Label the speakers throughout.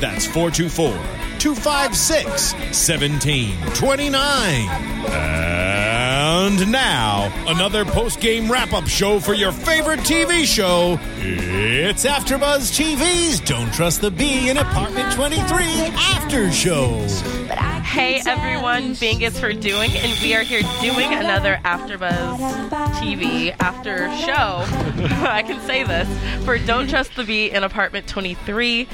Speaker 1: That's 424 256 1729. And now, another post game wrap up show for your favorite TV show. It's AfterBuzz TV's Don't Trust the Bee in Apartment 23 After Show.
Speaker 2: Hey everyone, Bing is for doing, and we are here doing another AfterBuzz TV after show. I can say this for Don't Trust the Bee in Apartment 23.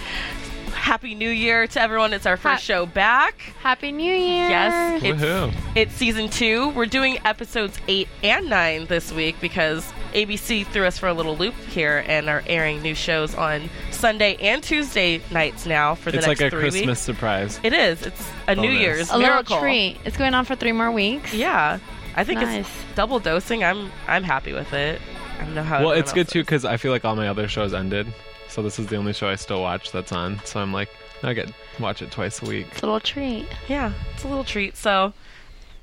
Speaker 2: Happy New Year to everyone! It's our first
Speaker 3: Hap-
Speaker 2: show back.
Speaker 3: Happy New Year.
Speaker 2: Yes, it's,
Speaker 4: Woohoo.
Speaker 2: it's season two. We're doing episodes eight and nine this week because ABC threw us for a little loop here and are airing new shows on Sunday and Tuesday nights now for the
Speaker 4: It's
Speaker 2: next
Speaker 4: like a
Speaker 2: three
Speaker 4: Christmas
Speaker 2: weeks.
Speaker 4: surprise.
Speaker 2: It is. It's a New
Speaker 4: Bonus.
Speaker 2: Year's
Speaker 3: A
Speaker 2: miracle.
Speaker 3: little treat. It's going on for three more weeks.
Speaker 2: Yeah, I think
Speaker 3: Nice.
Speaker 2: it's double dosing. I'm I'm happy with it. I don't know how.
Speaker 4: Well,
Speaker 2: everyone
Speaker 4: it's good
Speaker 2: else
Speaker 4: too
Speaker 2: is.
Speaker 4: because I feel like all my other shows ended, so this is the only show I still watch that's on. So I'm like, I get watch it twice a week.
Speaker 3: It's a little treat.
Speaker 2: Yeah, it's a little treat. So,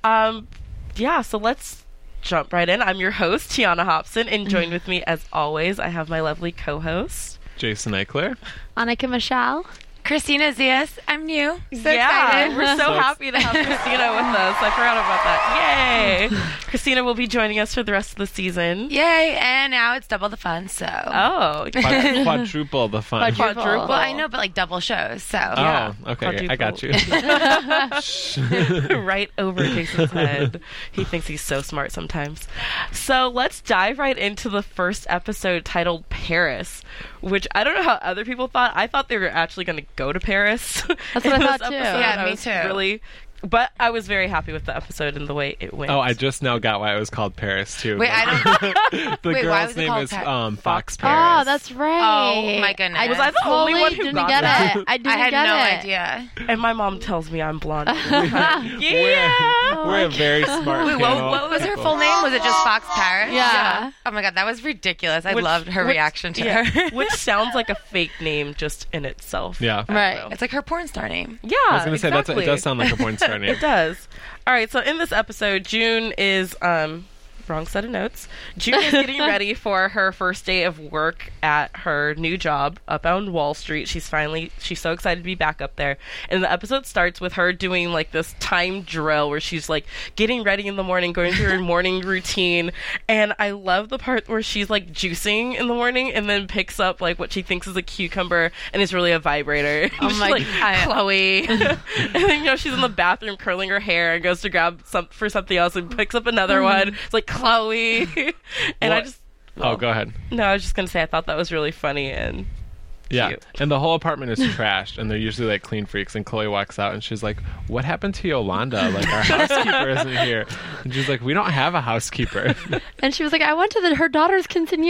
Speaker 2: um, yeah. So let's jump right in. I'm your host Tiana Hobson, and joined with me as always, I have my lovely co-host.
Speaker 4: Jason Eichler.
Speaker 3: Annika Michelle.
Speaker 5: Christina Zias, I'm new. So
Speaker 2: yeah,
Speaker 5: excited.
Speaker 2: we're so
Speaker 4: So ex-
Speaker 2: happy to have Christina with us. I forgot about that. Yay! Christina will be joining us for the rest of the season.
Speaker 5: Yay, and now it's double the fun, so.
Speaker 2: Oh,
Speaker 4: Quad- quadruple the fun.
Speaker 3: Quadruple.
Speaker 2: quadruple.
Speaker 5: Well, I know, but like double shows, so.
Speaker 4: oh,
Speaker 2: yeah,
Speaker 4: okay, I got you.
Speaker 2: right over Jason's head. He thinks he's so smart sometimes. So let's dive right into the first episode titled Paris, which I don't know how other people thought. I thought they were actually going to go to Paris.
Speaker 3: That's
Speaker 2: in
Speaker 3: what I
Speaker 2: this
Speaker 3: thought, too.
Speaker 2: episode,
Speaker 5: Yeah,
Speaker 2: and I
Speaker 5: me
Speaker 2: was
Speaker 5: too.
Speaker 2: Really, but I was very happy with the episode and the way it went.
Speaker 4: Oh, I just now got why it was called Paris too.
Speaker 5: Wait, I don't.
Speaker 4: the
Speaker 5: wait, why
Speaker 4: girl's
Speaker 5: was it
Speaker 4: name
Speaker 5: called
Speaker 4: is
Speaker 5: Pa-
Speaker 4: um, Fox Paris.
Speaker 3: Oh, that's right.
Speaker 5: Oh, my goodness.
Speaker 2: Was I the
Speaker 3: totally
Speaker 2: only one who
Speaker 3: didn't
Speaker 2: got
Speaker 3: get
Speaker 2: that?
Speaker 3: it. I didn't
Speaker 5: I had
Speaker 3: get
Speaker 5: no
Speaker 3: it.
Speaker 5: idea.
Speaker 2: and my mom tells me I'm blonde. yeah.
Speaker 4: We're, we're a very smart
Speaker 5: Wait, what,
Speaker 4: panel
Speaker 5: what
Speaker 4: of
Speaker 5: was her
Speaker 4: people. Oh,
Speaker 5: full name? Was it just Fox Paris?
Speaker 3: Yeah.
Speaker 5: Oh my god, that was ridiculous. I
Speaker 2: Which-
Speaker 5: loved her
Speaker 2: which-
Speaker 5: reaction to
Speaker 2: yeah,
Speaker 5: her.
Speaker 2: which sounds like a fake name just in itself.
Speaker 4: Yeah.
Speaker 3: Right.
Speaker 5: it's like her porn star name.
Speaker 2: Yeah,
Speaker 4: I was gonna say that's
Speaker 2: exactly.
Speaker 4: it does sound like a porn star name.
Speaker 2: It does. All right, so in this episode, June is um wrong set of notes. June is getting ready for her first day of work at her new job up on Wall Street. She's finally she's so excited to be back up there. And the episode starts with her doing like this time drill where she's like getting ready in the morning, going through her morning routine. And I love the part where she's like juicing in the morning and then picks up like what she thinks is a cucumber and is really a vibrator.
Speaker 5: Oh
Speaker 2: She's
Speaker 5: my
Speaker 2: like,
Speaker 5: God.
Speaker 2: Chloe. and then, you know, she's in the bathroom curling her hair and goes to grab some for something else and picks up another one. It's like Chloe. and I
Speaker 4: What?
Speaker 2: just
Speaker 4: Oh, go ahead.
Speaker 2: no, I was just gonna say I thought that was really funny and
Speaker 4: Yeah,
Speaker 2: Cute.
Speaker 4: and the whole apartment is trashed, and they're usually like clean freaks. And Chloe walks out, and she's like, "What happened to Yolanda? Like our housekeeper isn't here." And she's like, "We don't have a housekeeper."
Speaker 3: And she was like, I went to the, her daughter's quinceanera.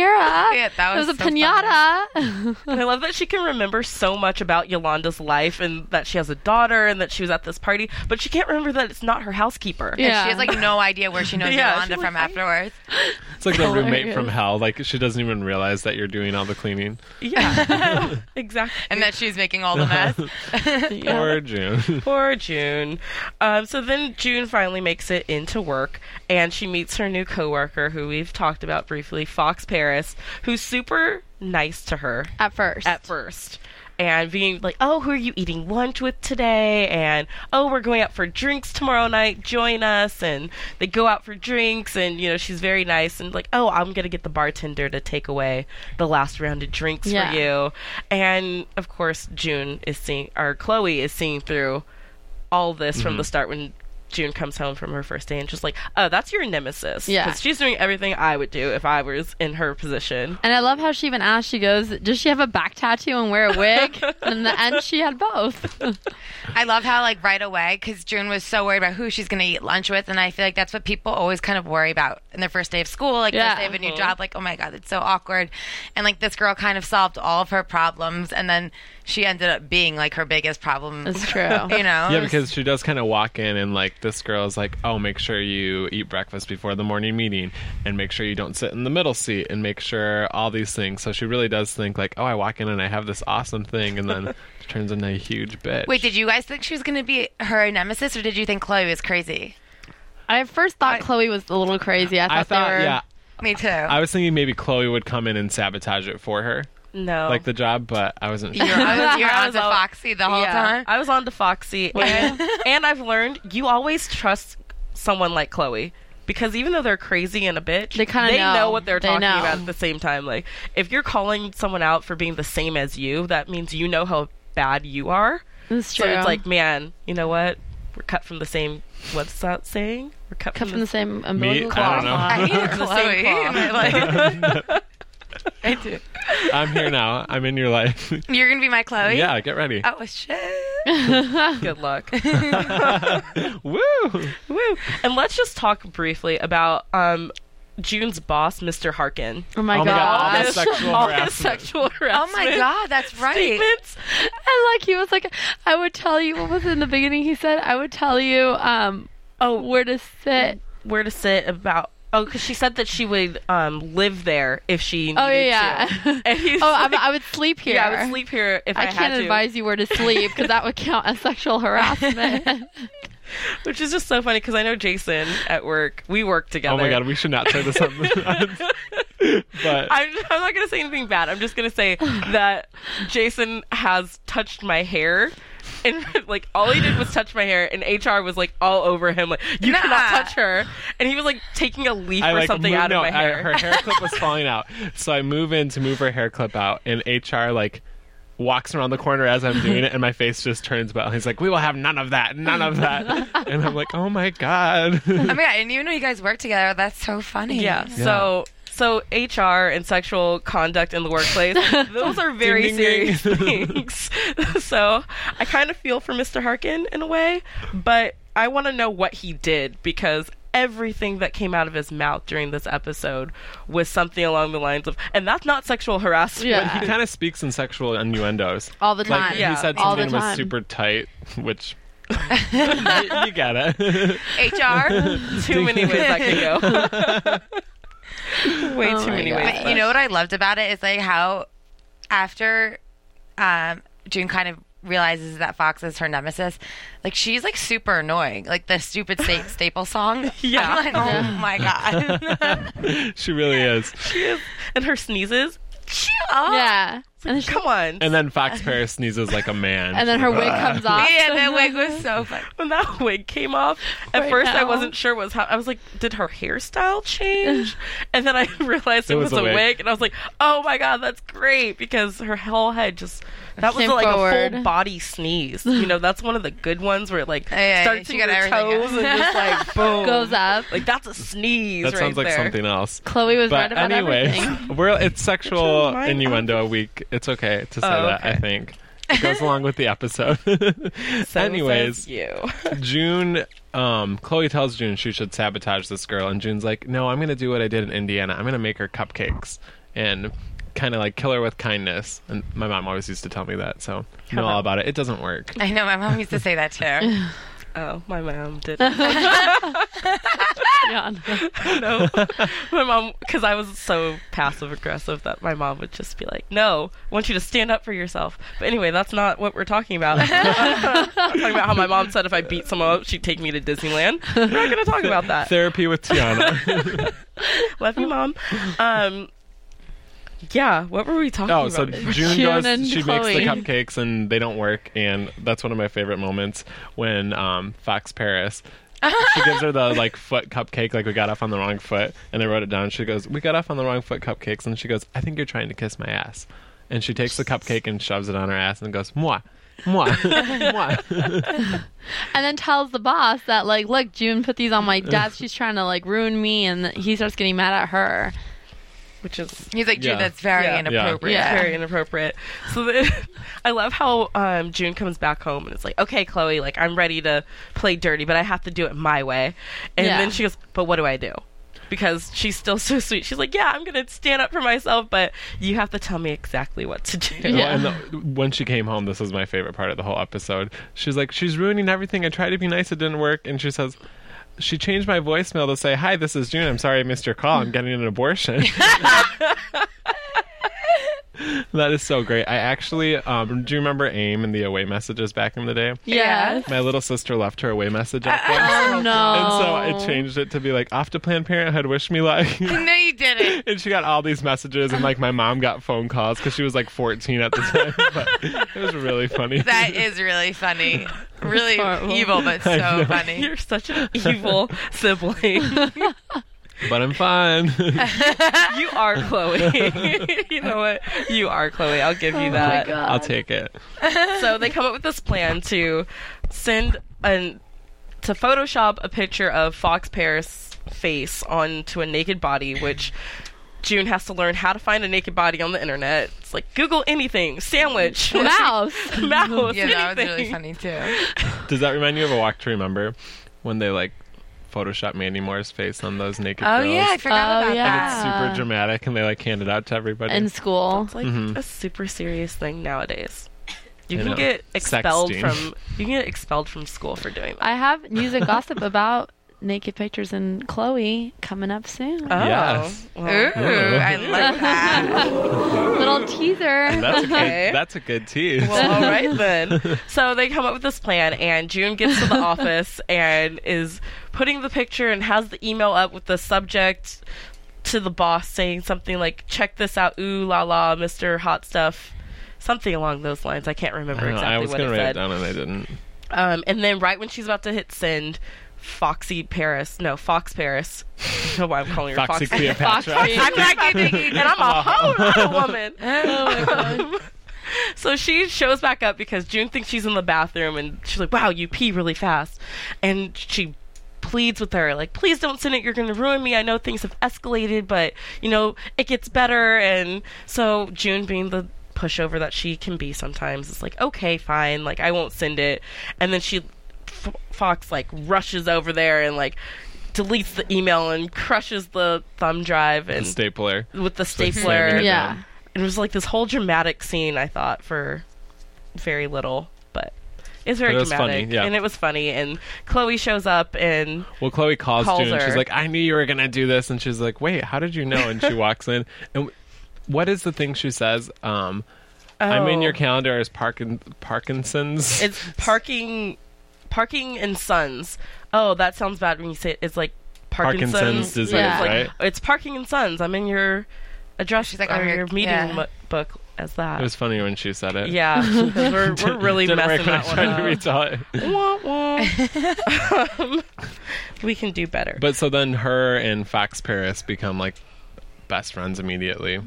Speaker 5: Yeah, that
Speaker 3: it was a
Speaker 5: was so
Speaker 3: pinata.
Speaker 2: And I love that she can remember so much about Yolanda's life and that she has a daughter and that she was at this party, but she can't remember that it's not her housekeeper.
Speaker 3: Yeah.
Speaker 5: She has like no idea where she knows
Speaker 2: Yeah,
Speaker 5: Yolanda
Speaker 2: she's
Speaker 5: from
Speaker 2: like,
Speaker 5: afterwards.
Speaker 4: it's like the roommate from hell. Like she doesn't even realize that you're doing all the cleaning.
Speaker 2: Yeah. exactly.
Speaker 5: And that she's making all the mess.
Speaker 4: Poor June.
Speaker 2: Poor June. Um, so then June finally makes it into work, and she meets her new coworker, who we've talked about briefly, Fox Paris, who's super nice to her
Speaker 3: At first.
Speaker 2: at first. And being like, oh, who are you eating lunch with today? And oh, we're going out for drinks tomorrow night. Join us. And they go out for drinks. And, you know, she's very nice. And like, oh, I'm going to get the bartender to take away the last round of drinks
Speaker 3: Yeah.
Speaker 2: for you. And of
Speaker 4: Mm-hmm.
Speaker 2: course, June is seeing, or Chloe is seeing through all this from the start when June comes home from her first day and she's like, "Oh, that's your nemesis."
Speaker 3: Yeah.
Speaker 2: 'Cause she's doing everything I would do if I was in her position.
Speaker 3: And I love how she even asked, she goes, Does she have a back tattoo and wear a wig? and in the end, she had both.
Speaker 5: I love how like right away because June was so worried about who she's going to eat lunch with, and I feel like that's what people always kind of worry about in their first day of school, like
Speaker 3: Yeah.
Speaker 5: first day of a new job. Like, oh my god, it's so awkward, and like this girl kind of solved all of her problems, and then she ended up being like her biggest problem.
Speaker 3: That's true.
Speaker 5: You know?
Speaker 4: Yeah, because she does kind of walk in and like this girl is like, "Oh, make sure you eat breakfast before the morning meeting, and make sure you don't sit in the middle seat, and make sure all these things." So she really does think like, "Oh, I walk in and I have this awesome thing," and then she turns into a huge bitch.
Speaker 5: Wait, did you guys think she was going to be her nemesis, or did you think Chloe was crazy?
Speaker 3: I at first thought Chloe was a little crazy. I thought,
Speaker 4: I thought,
Speaker 3: they were.
Speaker 4: yeah,
Speaker 5: Me too.
Speaker 4: I was thinking maybe Chloe would come in and sabotage it for her,
Speaker 2: No.
Speaker 4: like the job, but I wasn't
Speaker 5: you're
Speaker 4: sure.
Speaker 5: on, you're
Speaker 2: I
Speaker 5: on
Speaker 2: was
Speaker 5: to
Speaker 2: all-
Speaker 5: Foxy the whole time.
Speaker 2: I was on to Foxy, and, and I've learned you always trust someone like Chloe because even though they're crazy and a bitch,
Speaker 3: They kinda
Speaker 2: know.
Speaker 3: know.
Speaker 2: what they're
Speaker 3: They
Speaker 2: talking
Speaker 3: know.
Speaker 2: about at the same time. Like if you're calling someone out for being the same as you, that means you know how bad you are.
Speaker 3: That's true.
Speaker 2: So it's like, man, you know what? We're cut from the same. What's that saying? We're cut,
Speaker 3: cut from the same
Speaker 4: Me,
Speaker 3: umbilical
Speaker 4: I
Speaker 3: cord.
Speaker 4: don't know.
Speaker 5: I hate
Speaker 2: the same
Speaker 5: Chloe.
Speaker 2: cloth.
Speaker 5: And I, like,
Speaker 2: I do.
Speaker 4: I'm here now. I'm in your life.
Speaker 5: you're going to be my Chloe?
Speaker 4: yeah, get ready.
Speaker 5: Oh, shit.
Speaker 3: Oh
Speaker 2: Good luck. Oh.
Speaker 4: Woo!
Speaker 2: Woo. And let's just talk briefly about um, June's boss, Mr. Harkin.
Speaker 3: Oh my,
Speaker 4: Oh my God, all
Speaker 3: god.
Speaker 4: this sexual
Speaker 2: all his
Speaker 4: harassment.
Speaker 2: sexual
Speaker 5: Oh
Speaker 2: harassment.
Speaker 5: my God, that's right.
Speaker 2: statements.
Speaker 3: And like he was like, I would tell you what was in the beginning. He said, I would tell you um
Speaker 2: Oh, where,
Speaker 3: where to sit.
Speaker 2: where to sit about. Oh, because she said that she would um, live there if she needed
Speaker 3: Oh yeah.
Speaker 2: to. And he's
Speaker 3: oh,
Speaker 2: like,
Speaker 3: I, I would sleep here.
Speaker 2: yeah, I would sleep here if I,
Speaker 3: I
Speaker 2: had
Speaker 3: can't
Speaker 2: to.
Speaker 3: advise you where to sleep because that would count as sexual harassment.
Speaker 2: Which is just so funny because I know Jason at work. We work together.
Speaker 4: Oh my god, we should not say this. On but
Speaker 2: I'm, I'm not going to say anything bad. I'm just going to say that Jason has touched my hair. And like all he did was touch my hair, and HR was like all over him, like you cannot
Speaker 5: Nah.
Speaker 2: touch her. And he was like taking a leaf
Speaker 4: I
Speaker 2: or
Speaker 4: like
Speaker 2: something
Speaker 4: moved-
Speaker 2: out of
Speaker 4: no,
Speaker 2: my
Speaker 4: I-
Speaker 2: hair.
Speaker 4: her hair clip was falling out, so I move in to move her hair clip out, and HR like walks around the corner as I'm doing it, and my face just turns about. He's like, "We will have none of that, none of that," and I'm like, "Oh my god!"
Speaker 5: I mean, I didn't even know you guys worked together. That's so funny.
Speaker 2: Yeah. So so HR and sexual conduct in the workplace, those are very
Speaker 4: Ding, ding, ding.
Speaker 2: serious things. so I kind of feel for Mr. Harkin in a way, but I want to know what he did because everything that came out of his mouth during this episode was something along the lines of and that's not sexual harassment.
Speaker 3: Yeah.
Speaker 4: But he kind of speaks in sexual innuendos.
Speaker 3: All the
Speaker 4: Like
Speaker 3: time.
Speaker 4: he
Speaker 2: Yeah.
Speaker 4: said
Speaker 3: All the
Speaker 4: something was
Speaker 3: time.
Speaker 4: super tight, which you, you get it.
Speaker 5: HR.
Speaker 2: Too many ways that could go. Way
Speaker 3: Oh
Speaker 2: too
Speaker 3: my
Speaker 2: many
Speaker 3: God.
Speaker 2: ways.
Speaker 5: but you know what I loved about it is like how after um, June kind of realizes that Fox is her nemesis, like she's like super annoying. Like the stupid sta- staple song.
Speaker 2: Yeah.
Speaker 5: I'm like, oh my god.
Speaker 4: she really is.
Speaker 2: And her sneezes.
Speaker 3: yeah. And then, she-
Speaker 2: Come on.
Speaker 4: And then Fox Paris sneezes like a man.
Speaker 3: and then her wig comes off.
Speaker 5: yeah, that wig was so funny.
Speaker 2: when that wig came off, at
Speaker 3: Right
Speaker 2: first I
Speaker 3: now.
Speaker 2: wasn't sure was how. I was like, did her hairstyle change? and then I realized it, was, a wig. and I was like, oh my god, that's great because her whole head just that was
Speaker 3: Came
Speaker 2: like a full
Speaker 3: forward.
Speaker 2: body sneeze. You know, that's one of the good ones where it like
Speaker 5: yeah, yeah,
Speaker 2: starts
Speaker 5: she
Speaker 2: in your
Speaker 5: got everything.
Speaker 2: toes and just like boom
Speaker 3: Goes up.
Speaker 2: Like that's a sneeze.
Speaker 4: that
Speaker 2: right
Speaker 4: sounds like
Speaker 2: there.
Speaker 4: something else.
Speaker 3: Chloe was right
Speaker 4: But
Speaker 3: about
Speaker 4: anyways,
Speaker 3: everything.
Speaker 4: we're it's
Speaker 2: Actually,
Speaker 4: sexual
Speaker 2: mine-
Speaker 4: innuendo week. It's okay to say
Speaker 2: Oh,
Speaker 4: that. I
Speaker 2: okay.
Speaker 4: think it goes along with the episode.
Speaker 2: So says
Speaker 4: anyways,
Speaker 2: you.
Speaker 4: June, um, Chloe tells June she should sabotage this girl, and June's like, "No, I'm gonna do what I did in Indiana. I'm gonna make her cupcakes and kind of like kill her with kindness." And my mom always used to tell me that, so I know all about it. It doesn't work.
Speaker 5: I know my mom used to say that too.
Speaker 2: Oh, my mom did. not
Speaker 3: Yeah.
Speaker 2: know. my mom, because I was so passive aggressive that my mom would just be like, "No, I want you to stand up for yourself." But anyway, that's not what we're talking about. I'm talking about how my mom said if I beat someone up, she'd take me to Disneyland. We're not going to talk about that.
Speaker 4: Therapy with Tiana.
Speaker 2: Love you, mom. Um, yeah, what were we talking
Speaker 4: Oh,
Speaker 2: about?
Speaker 4: so June
Speaker 3: June
Speaker 4: goes.
Speaker 3: and
Speaker 4: She
Speaker 3: Chloe.
Speaker 4: makes the cupcakes, and they don't work. And that's one of my favorite moments when um, Fox Paris. she gives her the like foot cupcake, like we got off on the wrong foot, and I wrote it down. She goes, "We got off on the wrong foot cupcakes," and she goes, "I think you're trying to kiss my ass," and she takes the cupcake and shoves it on her ass and goes, "Moi," Mwah. Mwah.
Speaker 3: and then tells the boss that like, look, June put these on my desk. She's trying to like ruin me, and he starts getting mad at her.
Speaker 2: which is
Speaker 5: He's like, dude,
Speaker 4: Yeah.
Speaker 5: that's very
Speaker 2: Yeah.
Speaker 5: inappropriate.
Speaker 3: Yeah.
Speaker 2: very inappropriate. So the, I love how um, June comes back home and it's like, okay, Chloe, like I'm ready to play dirty, but I have to do it my way. And
Speaker 3: Yeah.
Speaker 2: then she goes, but what do I do? Because she's still so sweet. She's like, yeah, I'm gonna stand up for myself, but you have to tell me exactly what to do.
Speaker 3: Yeah.
Speaker 4: Well, and the, when she came home, this was my favorite part of the whole episode. She's like, she's ruining everything. I tried to be nice, it didn't work. And she says, she changed my voicemail to say, "Hi, this is June. I'm sorry I missed your call. I'm getting an abortion." that is so great. I actually um, do you remember AIM and the away messages back in the day.
Speaker 3: Yeah.
Speaker 4: My little sister left her away message up there,
Speaker 3: Oh
Speaker 4: and so
Speaker 3: no.
Speaker 4: I changed it to be like, "Off to Planned Parenthood. Wish me luck."
Speaker 5: No, you didn't.
Speaker 4: and she got all these messages and like my mom got phone calls because she was like 14 at the time but it was really funny
Speaker 5: That is really funny. Really
Speaker 3: Horrible.
Speaker 5: evil, but
Speaker 4: I
Speaker 5: so
Speaker 4: know.
Speaker 5: funny.
Speaker 2: You're such an evil sibling.
Speaker 4: but i'm fine
Speaker 2: You are Chloe. you know what? You are Chloe. I'll give you
Speaker 3: Oh my
Speaker 2: that.
Speaker 3: God.
Speaker 4: i'll take it
Speaker 2: so they come up with this plan to send an to Photoshop a picture of Fox Paris face onto a naked body, which June has to learn how to find a naked body on the internet. It's like Google anything, sandwich,
Speaker 3: Mouse.
Speaker 2: mouse,
Speaker 5: Yeah, that was really
Speaker 2: anything.
Speaker 5: funny too.
Speaker 4: does that remind you of a walk to remember when they like photoshop mandy moore's face on those naked
Speaker 5: Oh
Speaker 4: girls
Speaker 5: yeah, I forgot
Speaker 3: Oh,
Speaker 5: about
Speaker 3: yeah.
Speaker 5: that.
Speaker 4: it's super dramatic and they like hand it out to everybody
Speaker 3: In school.
Speaker 2: It's like a super serious thing nowadays. You
Speaker 4: I
Speaker 2: can
Speaker 4: Mm-hmm. know.
Speaker 2: get expelled
Speaker 4: Sexting.
Speaker 2: from you can get expelled from school for doing that.
Speaker 3: I have news and gossip about naked pictures and Chloe coming up soon.
Speaker 2: Oh,
Speaker 4: Yes.
Speaker 2: well,
Speaker 5: Ooh,
Speaker 4: Oh.
Speaker 5: I like that.
Speaker 3: Little teaser.
Speaker 4: that's a
Speaker 2: Okay.
Speaker 4: good that's a good tease
Speaker 2: Well, all right then. So they come up with this plan, and June gets to the office and is putting the picture and has the email up with the subject to the boss saying something like, check this out, ooh la la, Mr. Hot Stuff. Something along those lines. I can't
Speaker 4: I,
Speaker 2: remember
Speaker 4: don't know,
Speaker 2: exactly
Speaker 4: I was
Speaker 2: what
Speaker 4: gonna
Speaker 2: it
Speaker 4: write it
Speaker 2: said.
Speaker 4: down and i didn't
Speaker 2: um, and then right when she's about to hit send, Foxy Paris, no, Fox Paris. I don't know why I'm calling her
Speaker 4: foxy
Speaker 2: Foxy.
Speaker 4: cleopatra
Speaker 3: Foxy.
Speaker 5: I'm not getting you.
Speaker 2: and I'm a hoe, not a woman. So she shows back up because June thinks she's in the bathroom and she's like, wow, you pee really fast. And she pleads with her, like, please don't send it. You're going to ruin me. I know things have escalated, but, you know, it gets better. And so June, being the pushover that she can be sometimes, is like, okay, fine. Like, I won't send it. And then she, F- Fox, like, rushes over there and, like, deletes the email and crushes the thumb drive
Speaker 4: the
Speaker 2: and
Speaker 4: stapler
Speaker 2: with the
Speaker 4: like
Speaker 2: stapler
Speaker 4: slamming
Speaker 3: Yeah.
Speaker 2: it was like this whole dramatic scene I thought for very little, but it's very
Speaker 4: But it was
Speaker 2: dramatic
Speaker 4: funny, yeah.
Speaker 2: and it was funny. And Chloe shows up and
Speaker 4: Well, Chloe calls,
Speaker 2: Calls
Speaker 4: June. and She's
Speaker 2: her.
Speaker 4: like, "I knew you were gonna do this," and she's like, "Wait, how did you know?" And she walks in, and what is the thing she says? Um, I'm in
Speaker 2: Oh.
Speaker 4: your calendar as Parkin- Parkinson's.
Speaker 2: it's parking, parking and sons. Oh, that sounds bad when you say it. it's like Parkinson's,
Speaker 4: Parkinson's, disease,
Speaker 3: Yeah.
Speaker 2: Like,
Speaker 4: right?
Speaker 2: It's parking and sons. I'm in your address.
Speaker 5: She's like,
Speaker 2: or
Speaker 5: I'm your-
Speaker 2: your, meeting
Speaker 5: yeah.
Speaker 2: mo- book as that.
Speaker 4: It was funny when she said it.
Speaker 2: yeah, 'cause we're, we're really
Speaker 4: Didn't
Speaker 2: messing
Speaker 4: work when I
Speaker 2: that one
Speaker 4: tried to
Speaker 2: up.
Speaker 4: retell it.
Speaker 2: Wah, wah. um, we can do better.
Speaker 4: But so then her and Fox Paris become like best friends immediately.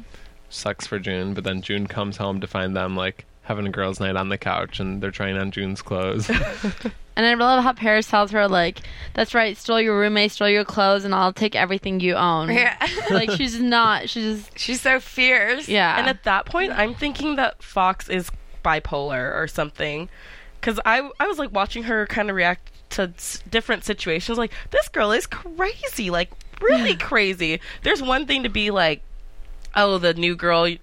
Speaker 4: Sucks for June, but then June comes home to find them like having a girls' night on the couch, and they're trying on June's clothes.
Speaker 3: And I love how Paris tells her, like, that's right, stole your roommate, stole your clothes, and I'll take everything you own.
Speaker 5: Yeah.
Speaker 3: Like, she's not, she's just,
Speaker 5: She's so fierce.
Speaker 3: yeah.
Speaker 2: And at that point, I'm thinking that Fox is bipolar or something. Because I, I was like watching her kind of react to s- different situations. Like, this girl is crazy. Like, really crazy. There's one thing to be like, oh, the new girl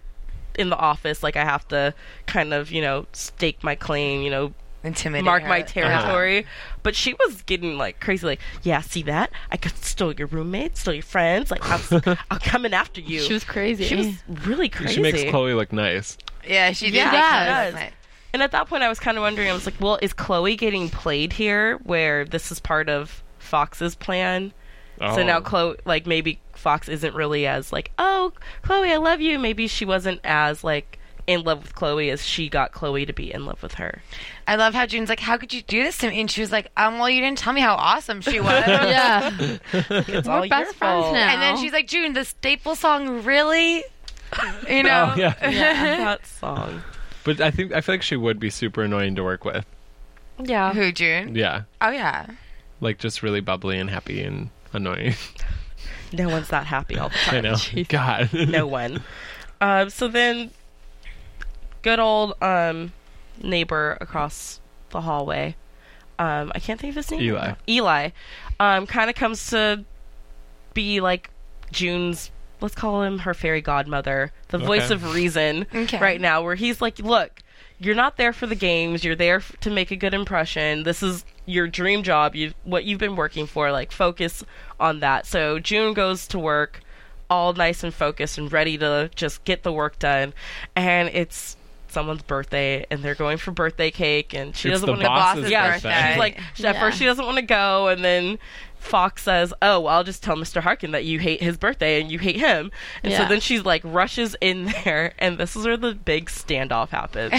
Speaker 2: in the office. Like, I have to kind of, you know, stake my claim, you know,
Speaker 5: Intimidating.
Speaker 2: mark my
Speaker 5: her.
Speaker 3: Uh-huh.
Speaker 2: territory. But she was getting like crazy. Like, yeah, see that? I could stole your roommate, stole your friends. Like, I'm, I'm coming after you.
Speaker 3: she was crazy.
Speaker 2: She was really crazy.
Speaker 4: she makes Chloe look nice.
Speaker 5: Uh-huh. Yeah, she did.
Speaker 3: Yeah.
Speaker 5: make
Speaker 3: She
Speaker 5: her
Speaker 2: does.
Speaker 5: nice.
Speaker 2: And at that point, I was kind of wondering. I was like, "Well, is Chloe getting played here, where this is part of Fox's plan? So
Speaker 4: Oh.
Speaker 2: now Chloe, like, maybe Fox isn't really as like, oh, Chloe, I love you. Maybe she wasn't as like in love with Chloe as she got Chloe to be in love with her.
Speaker 5: I love how June's like, "How could you do this to me?" And she was like, "Um, well, you didn't tell me how awesome she was."
Speaker 3: yeah.
Speaker 2: It's all
Speaker 3: We're best
Speaker 2: your
Speaker 3: friends
Speaker 2: fault.
Speaker 3: now.
Speaker 5: And then she's like,
Speaker 2: Oh,
Speaker 5: "June, the staple song really." You know,
Speaker 4: Oh, Yeah.
Speaker 2: Yeah, that song.
Speaker 4: But I think I feel like she would be super annoying to work with.
Speaker 2: Yeah.
Speaker 5: Who June?
Speaker 4: Yeah,
Speaker 5: Oh yeah.
Speaker 4: like just really bubbly and happy and annoying.
Speaker 2: No one's that happy all the time.
Speaker 4: I know. God.
Speaker 2: no one. Um, so then, good old um, neighbor across the hallway. Um, I can't think of his name.
Speaker 4: Eli.
Speaker 2: Eli. Um, kind of comes to be like June's. Let's call him her fairy godmother, the voice
Speaker 4: Okay.
Speaker 2: of reason,
Speaker 5: Okay.
Speaker 2: right now, where he's like, "Look, you're not there for the games. You're there f- to make a good impression. This is your dream job. You what you've been working for. Like focus on that." So June goes to work, all nice and focused and ready to just get the work done, and it's someone's birthday and they're going for birthday cake and she
Speaker 4: It's
Speaker 2: doesn't
Speaker 4: the
Speaker 2: want to
Speaker 4: boss's
Speaker 2: yeah
Speaker 5: birthday.
Speaker 2: she's like she- at
Speaker 3: Yeah.
Speaker 2: first she doesn't want to go and then fox says oh well i'll just tell mr harkin that you hate his birthday and you hate him and so
Speaker 3: Yeah.
Speaker 2: then she's like rushes in there and this is where the big standoff happens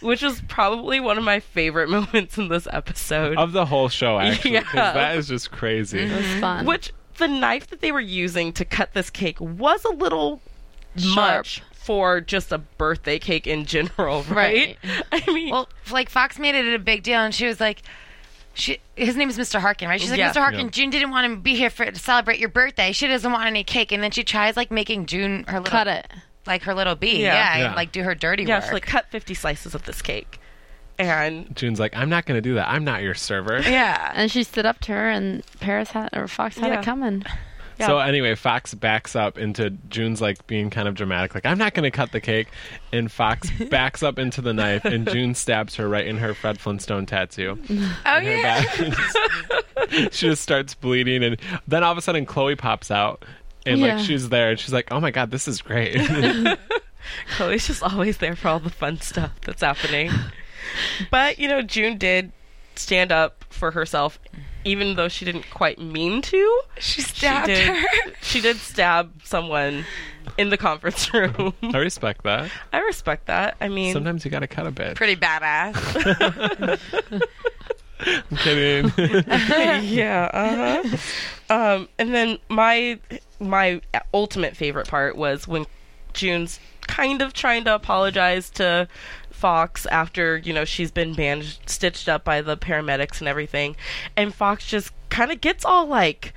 Speaker 2: which is probably one of my favorite moments in this episode
Speaker 4: Of the whole show, actually, 'cause
Speaker 2: Yeah. Mm-hmm.
Speaker 4: that is just crazy.
Speaker 3: It's fun.
Speaker 2: which the knife that they were using to cut this cake was a little
Speaker 3: Sharp.
Speaker 2: much for just a birthday cake in general, right? I mean,
Speaker 5: Well, f- like Fox made it a big deal, and she was like, she his name is Mr. Harkin, right? She's like,
Speaker 2: Yeah.
Speaker 5: Mr. Harkin,
Speaker 4: Yeah.
Speaker 5: June didn't want him to be here for to celebrate your birthday. She doesn't want any cake, and then she tries like making June her little
Speaker 3: cut it.
Speaker 5: like her little bee,
Speaker 2: Yeah.
Speaker 5: yeah, and,
Speaker 4: Yeah.
Speaker 5: like do her dirty
Speaker 2: yeah,
Speaker 5: work.
Speaker 2: she like cut 50 slices of this cake. And
Speaker 4: June's like, I'm not going to do that. I'm not your server.
Speaker 5: yeah,
Speaker 3: And she stood up to her, and Paris had or Fox had
Speaker 2: Yeah.
Speaker 3: it coming.
Speaker 2: yeah.
Speaker 4: So anyway, Fox backs up into June's like being kind of dramatic, like I'm not going to cut the cake, and Fox backs up into the knife, and June stabs her right in her Fred Flintstone tattoo.
Speaker 5: oh
Speaker 4: her
Speaker 5: yeah.
Speaker 4: back. she just starts bleeding, and then all of a sudden Chloe pops out, and
Speaker 3: Yeah.
Speaker 4: like she's there, and she's like, "Oh my god, this is great."
Speaker 2: Chloe's just always there for all the fun stuff that's happening. but, you know, June did stand up for herself, even though she didn't quite mean to. She
Speaker 5: She stabbed
Speaker 2: did,
Speaker 5: her.
Speaker 2: she did stab someone in the conference room.
Speaker 4: I respect that.
Speaker 2: I respect that. I mean,
Speaker 4: Sometimes you got to cut a bit.
Speaker 5: Pretty badass.
Speaker 4: I'm kidding.
Speaker 2: yeah, uh huh. um, and then my my ultimate favorite part was when June's kind of trying to apologize to Fox after you know she's been bandaged, stitched up by the paramedics and everything, and Fox just kind of gets all like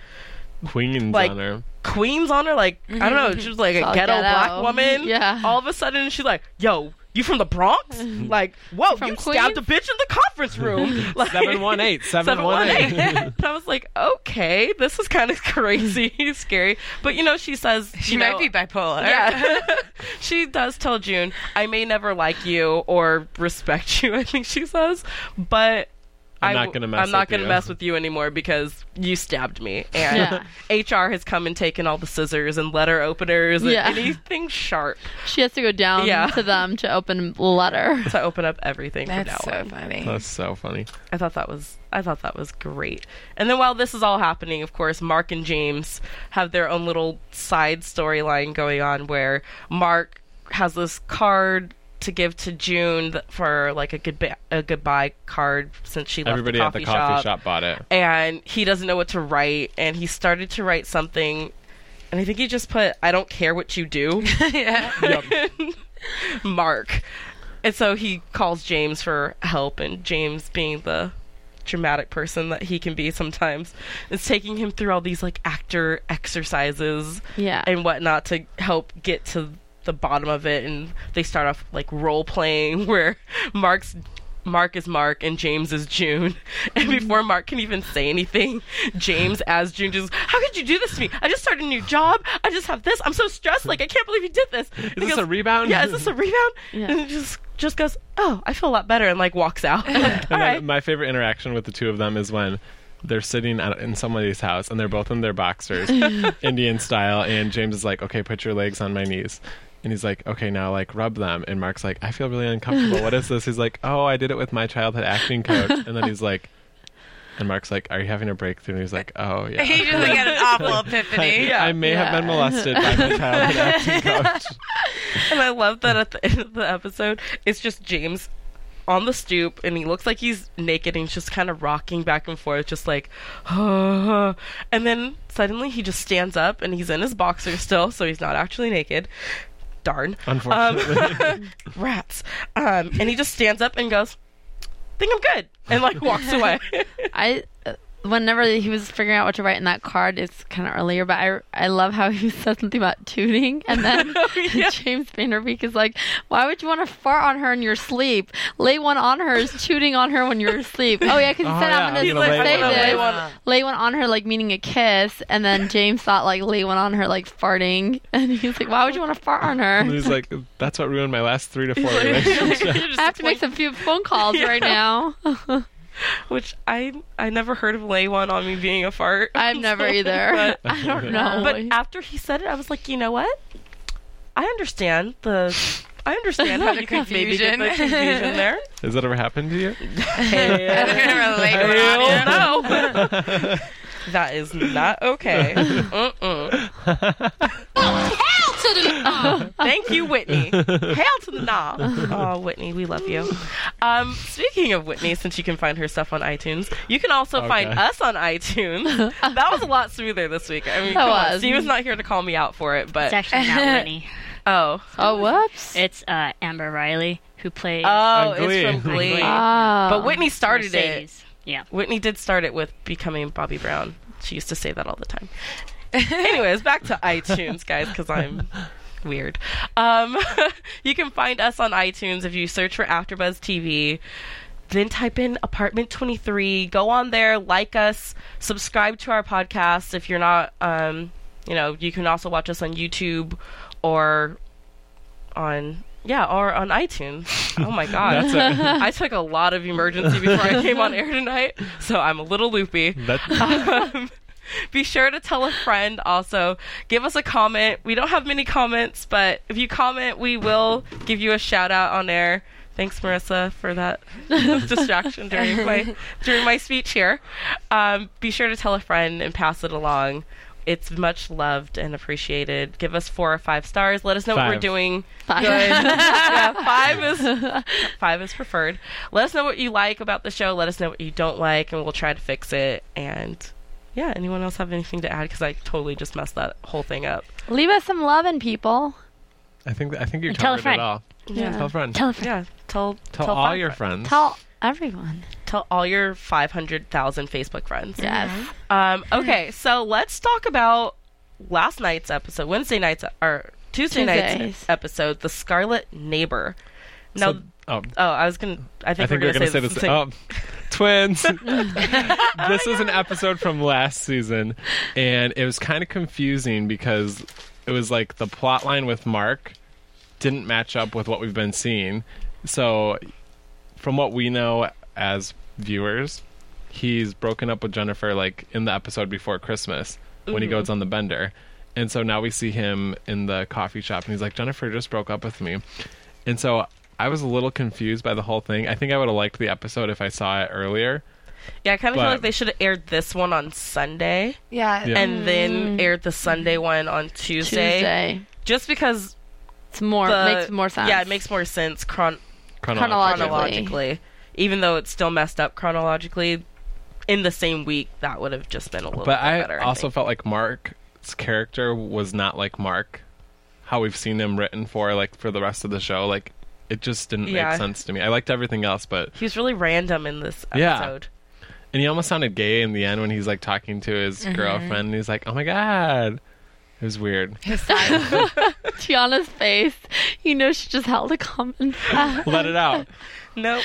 Speaker 4: Queens
Speaker 2: Like-
Speaker 4: on her.
Speaker 2: queens on her, like I don't
Speaker 5: Mm-hmm.
Speaker 2: know, she's like a
Speaker 3: all
Speaker 2: ghetto
Speaker 3: ghetto.
Speaker 2: black woman.
Speaker 3: Yeah.
Speaker 2: All of a sudden, she's like, "Yo." You from the Bronx?
Speaker 5: Mm-hmm.
Speaker 2: Like, whoa!
Speaker 3: from
Speaker 2: you stabbed a bitch in the conference room. Like,
Speaker 4: Seven one eight. Seven one eight.
Speaker 2: and I was like, okay, this is kind of crazy, scary. But you know, she says
Speaker 5: She
Speaker 2: you
Speaker 5: might
Speaker 2: know-
Speaker 5: be bipolar.
Speaker 2: Yeah, she does tell June, I may never like you or respect you. I think she says, but.
Speaker 4: I'm
Speaker 2: I
Speaker 4: not
Speaker 2: w-
Speaker 4: gonna mess
Speaker 2: I'm not
Speaker 4: with
Speaker 2: gonna
Speaker 4: you."
Speaker 2: mess with you anymore because you stabbed me, and HR has come and taken all the scissors and letter openers and
Speaker 3: Yeah.
Speaker 2: anything sharp
Speaker 3: She has to go down
Speaker 2: Yeah.
Speaker 3: to them to open a letter.
Speaker 2: to open up everything. from now
Speaker 5: That's so
Speaker 2: on.
Speaker 5: funny.
Speaker 4: That's so funny.
Speaker 2: I thought that was I thought that was great. And then while this is all happening, of course, Mark and James have their own little side storyline going on where Mark has this card to give to June th- for like a goodbye a goodbye card since she left
Speaker 4: Everybody
Speaker 2: the
Speaker 4: at
Speaker 2: coffee
Speaker 4: the coffee shop bought it.
Speaker 2: And he doesn't know what to write and he started to write something and I think he just put I don't care what you do. Mark. And so he calls James for help, and James, being the dramatic person that he can be sometimes, is taking him through all these like actor exercises
Speaker 3: Yeah.
Speaker 2: and whatnot to help get to the bottom of it. And they start off like role playing where Mark's. Mark is Mark and James is June. And before Mark can even say anything, James as June just, how could you do this to me? I just started a new job. I just have this. I'm so stressed. Like I can't believe you did this. Is
Speaker 4: this a rebound?
Speaker 2: Yeah, is this a rebound?
Speaker 3: Yeah.
Speaker 2: And it just just goes, oh, I feel a lot better, and like walks out. All
Speaker 4: And then
Speaker 2: right.
Speaker 4: my favorite interaction with the two of them is when they're sitting at, in somebody's house and they're both in their boxers, Indian style, and James is like, "Okay, put your legs on my knees." And he's like, okay, now like rub them. And Mark's like, I feel really uncomfortable. What is this? He's like, oh, I did it with my childhood acting coach. And then he's like, and Mark's like, are you having a breakthrough? And he's like, oh, yeah.
Speaker 5: He just like, had an awful epiphany.
Speaker 4: I, I may have been molested by my childhood acting coach.
Speaker 2: And I love that at the end of the episode, it's just James on the stoop, and he looks like he's naked, and he's just kind of rocking back and forth, just like, and then suddenly he just stands up, and he's in his boxer still, so he's not actually naked. darn. Um,
Speaker 4: Unfortunately.
Speaker 2: Rats. Um, and he just stands up and goes, think I'm good. And like walks away.
Speaker 3: I uh, whenever he was figuring out what to write in that card, it's kind of earlier, but I I love how he said something about tooting, and then
Speaker 2: yeah.
Speaker 3: James Vanderbeek is like, "Why would you want to fart on her in your sleep? Lay one on her is tooting on her when you're asleep." Oh yeah, because he
Speaker 4: Oh,
Speaker 3: said,
Speaker 4: yeah,
Speaker 3: "I'm gonna,
Speaker 4: you know, lay
Speaker 3: say
Speaker 4: one on-
Speaker 3: this."
Speaker 2: lay
Speaker 3: Lay
Speaker 2: one
Speaker 3: one,
Speaker 2: on-
Speaker 3: on her like meaning a kiss, and then James thought like lay one on her like farting, and he's like, "Why would you want to fart on
Speaker 4: And
Speaker 3: her?"
Speaker 4: he's like, that's what ruined my last three to four relationships.
Speaker 3: I have to make some few phone calls right now.
Speaker 2: Which I I never heard of lay one on me being a fart.
Speaker 3: I've never either.
Speaker 2: But-
Speaker 3: I don't know.
Speaker 2: but after he said it, I was like, you know what? I understand the. I understand how you could maybe get the
Speaker 5: Confusion.
Speaker 2: confusion there.
Speaker 4: Has that ever happened to you?
Speaker 5: I'm gonna relate with that.
Speaker 2: Hell no. that is not okay. Mm-mm. Thank you, Whitney. Hail to the nah. Oh, Whitney, we love you. Um, speaking of Whitney, since you can find her stuff on iTunes, you can also find
Speaker 4: Okay.
Speaker 2: us on iTunes. That was a lot smoother this week. I mean,
Speaker 3: That
Speaker 2: come on.
Speaker 3: was.
Speaker 2: Steven's not here to call me out for it, but
Speaker 6: It's actually not Whitney.
Speaker 2: oh,
Speaker 3: oh whoops.
Speaker 6: It's uh, Amber Riley who plays
Speaker 2: oh,
Speaker 4: On Glee.
Speaker 2: it's from Glee.
Speaker 6: Glee.
Speaker 3: Ah.
Speaker 2: But Whitney started it.
Speaker 6: Mercedes. Yeah.
Speaker 2: Whitney did start it with becoming Bobby Brown. She used to say that all the time. Anyways, back to iTunes, guys, because I'm weird. Um, you can find us on iTunes if you search for AfterBuzz TV. Then type in apartment 23. Go on there, like us, subscribe to our podcast. If you're not, um, you know, you can also watch us on YouTube or on yeah, or on iTunes. Oh my god,
Speaker 4: That's a-
Speaker 2: I took a lot of emergency before I came on air tonight, so I'm a little loopy.
Speaker 4: That,
Speaker 2: Um, be sure to tell a friend also. Give us a comment. We don't have many comments, but if you comment, we will give you a shout out on air. Thanks, Marissa, for that distraction during my during my speech here. Um, be sure to tell a friend and pass it along. It's much loved and appreciated. Give us four or five stars. Let us know what we're
Speaker 4: Five.
Speaker 2: doing
Speaker 3: Five.
Speaker 2: good. yeah, five is five is preferred. Let us know what you like about the show. Let us know what you don't like, and we'll try to fix it. And yeah, anyone else have anything to add? Because I totally just messed that whole thing up.
Speaker 3: Leave us some loving, people.
Speaker 4: I think I think you
Speaker 6: And tell a
Speaker 4: covered it
Speaker 6: friend.
Speaker 4: all.
Speaker 3: Yeah.
Speaker 4: Tell a friend.
Speaker 6: Tell a friend.
Speaker 2: Yeah, tell
Speaker 4: Tell all
Speaker 2: five
Speaker 4: your
Speaker 2: fri-
Speaker 4: friends.
Speaker 3: Tell everyone.
Speaker 2: tell all your five hundred thousand Facebook friends.
Speaker 3: Yes.
Speaker 2: Um, okay, so let's talk about last night's episode, Wednesday night's or Tuesday night's
Speaker 3: Tuesdays.
Speaker 2: episode, the Scarlet Neighbor. Now,
Speaker 4: So- oh,
Speaker 2: oh, I was gonna. I think,
Speaker 4: I think
Speaker 2: we're
Speaker 4: we're
Speaker 2: gonna,
Speaker 4: going to say Oh
Speaker 2: this.
Speaker 4: this.
Speaker 2: at the
Speaker 4: Oh, twins. this was an episode from last season, and it was kind of confusing because it was like the plot line with Mark didn't match up with what we've been seeing. So, from what we know as viewers, he's broken up with Jennifer like in the episode before Christmas when he goes on the bender. And so now we see him in the coffee shop and he's like, Jennifer just broke up with me. And so I was a little confused by the whole thing. I think I would have liked the episode if I saw it earlier.
Speaker 2: Yeah, I kind of feel
Speaker 4: But-
Speaker 2: like they should have aired this one on Sunday
Speaker 5: Yeah.
Speaker 4: Yeah.
Speaker 2: and then aired the Sunday one on Tuesday.
Speaker 3: Mm. Tuesday.
Speaker 2: Just because
Speaker 3: It's more
Speaker 2: the,
Speaker 3: makes more sense.
Speaker 2: Yeah, it makes more sense chron-
Speaker 3: Chronologically.
Speaker 2: chronologically. Even though it's still messed up chronologically, in the same week that would have just been a little
Speaker 4: But
Speaker 2: bit
Speaker 4: I
Speaker 2: better.
Speaker 4: also
Speaker 2: think.
Speaker 4: felt like Mark's character was not like Mark, how we've seen him written for, like for the rest of the show. Like it just didn't
Speaker 2: Yeah.
Speaker 4: make sense to me. I liked everything else, but
Speaker 2: he was really random in this
Speaker 4: Yeah.
Speaker 2: episode.
Speaker 4: and he almost sounded gay in the end when he's like talking to his
Speaker 2: Mm-hmm.
Speaker 4: girlfriend. And he's like, "Oh my god," it was weird.
Speaker 3: Tiana's face. You know, she just held a comment.
Speaker 4: Let it out.
Speaker 2: Nope.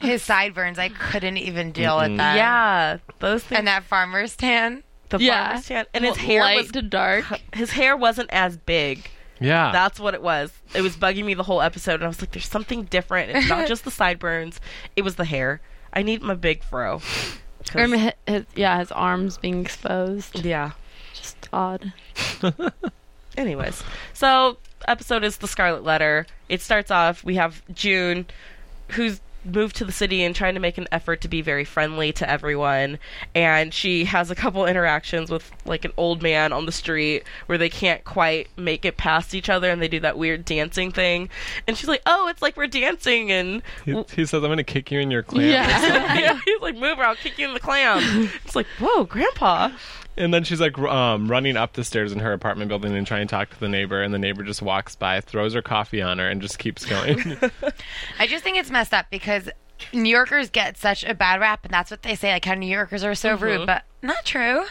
Speaker 5: His sideburns, I couldn't even deal with that.
Speaker 2: yeah, those things.
Speaker 5: And that farmer's tan.
Speaker 2: the
Speaker 3: Yeah.
Speaker 2: farmer's tan- and his hair
Speaker 3: light
Speaker 2: was
Speaker 3: to dark.
Speaker 2: his hair wasn't as big.
Speaker 4: Yeah,
Speaker 2: That's what it was. It was bugging me the whole episode, and I was like, "There's something different. It's not just the sideburns. It was the hair. I need my big fro." 'Cause-
Speaker 3: I mean, his, his, yeah, his arms being exposed.
Speaker 2: yeah.
Speaker 3: Just odd.
Speaker 2: Anyways, so episode is the Scarlet Letter. It starts off. We have June, who's moved to the city and trying to make an effort to be very friendly to everyone and she has a couple interactions with like an old man on the street where they can't quite make it past each other and they do that weird dancing thing and she's like oh it's like we're dancing and
Speaker 4: he, he says, "I'm gonna kick you in your clam."
Speaker 3: Yeah.
Speaker 2: Yeah, he's like, move or I'll kick you in the clam. It's like, whoa, grandpa.
Speaker 4: And then she's like r- um, running up the stairs in her apartment building and trying to talk to the neighbor. And the neighbor just walks by, throws her coffee on her, and just keeps going.
Speaker 5: I just think it's messed up because New Yorkers get such a bad rap, and that's what they say, like how New Yorkers are so rude, but not true.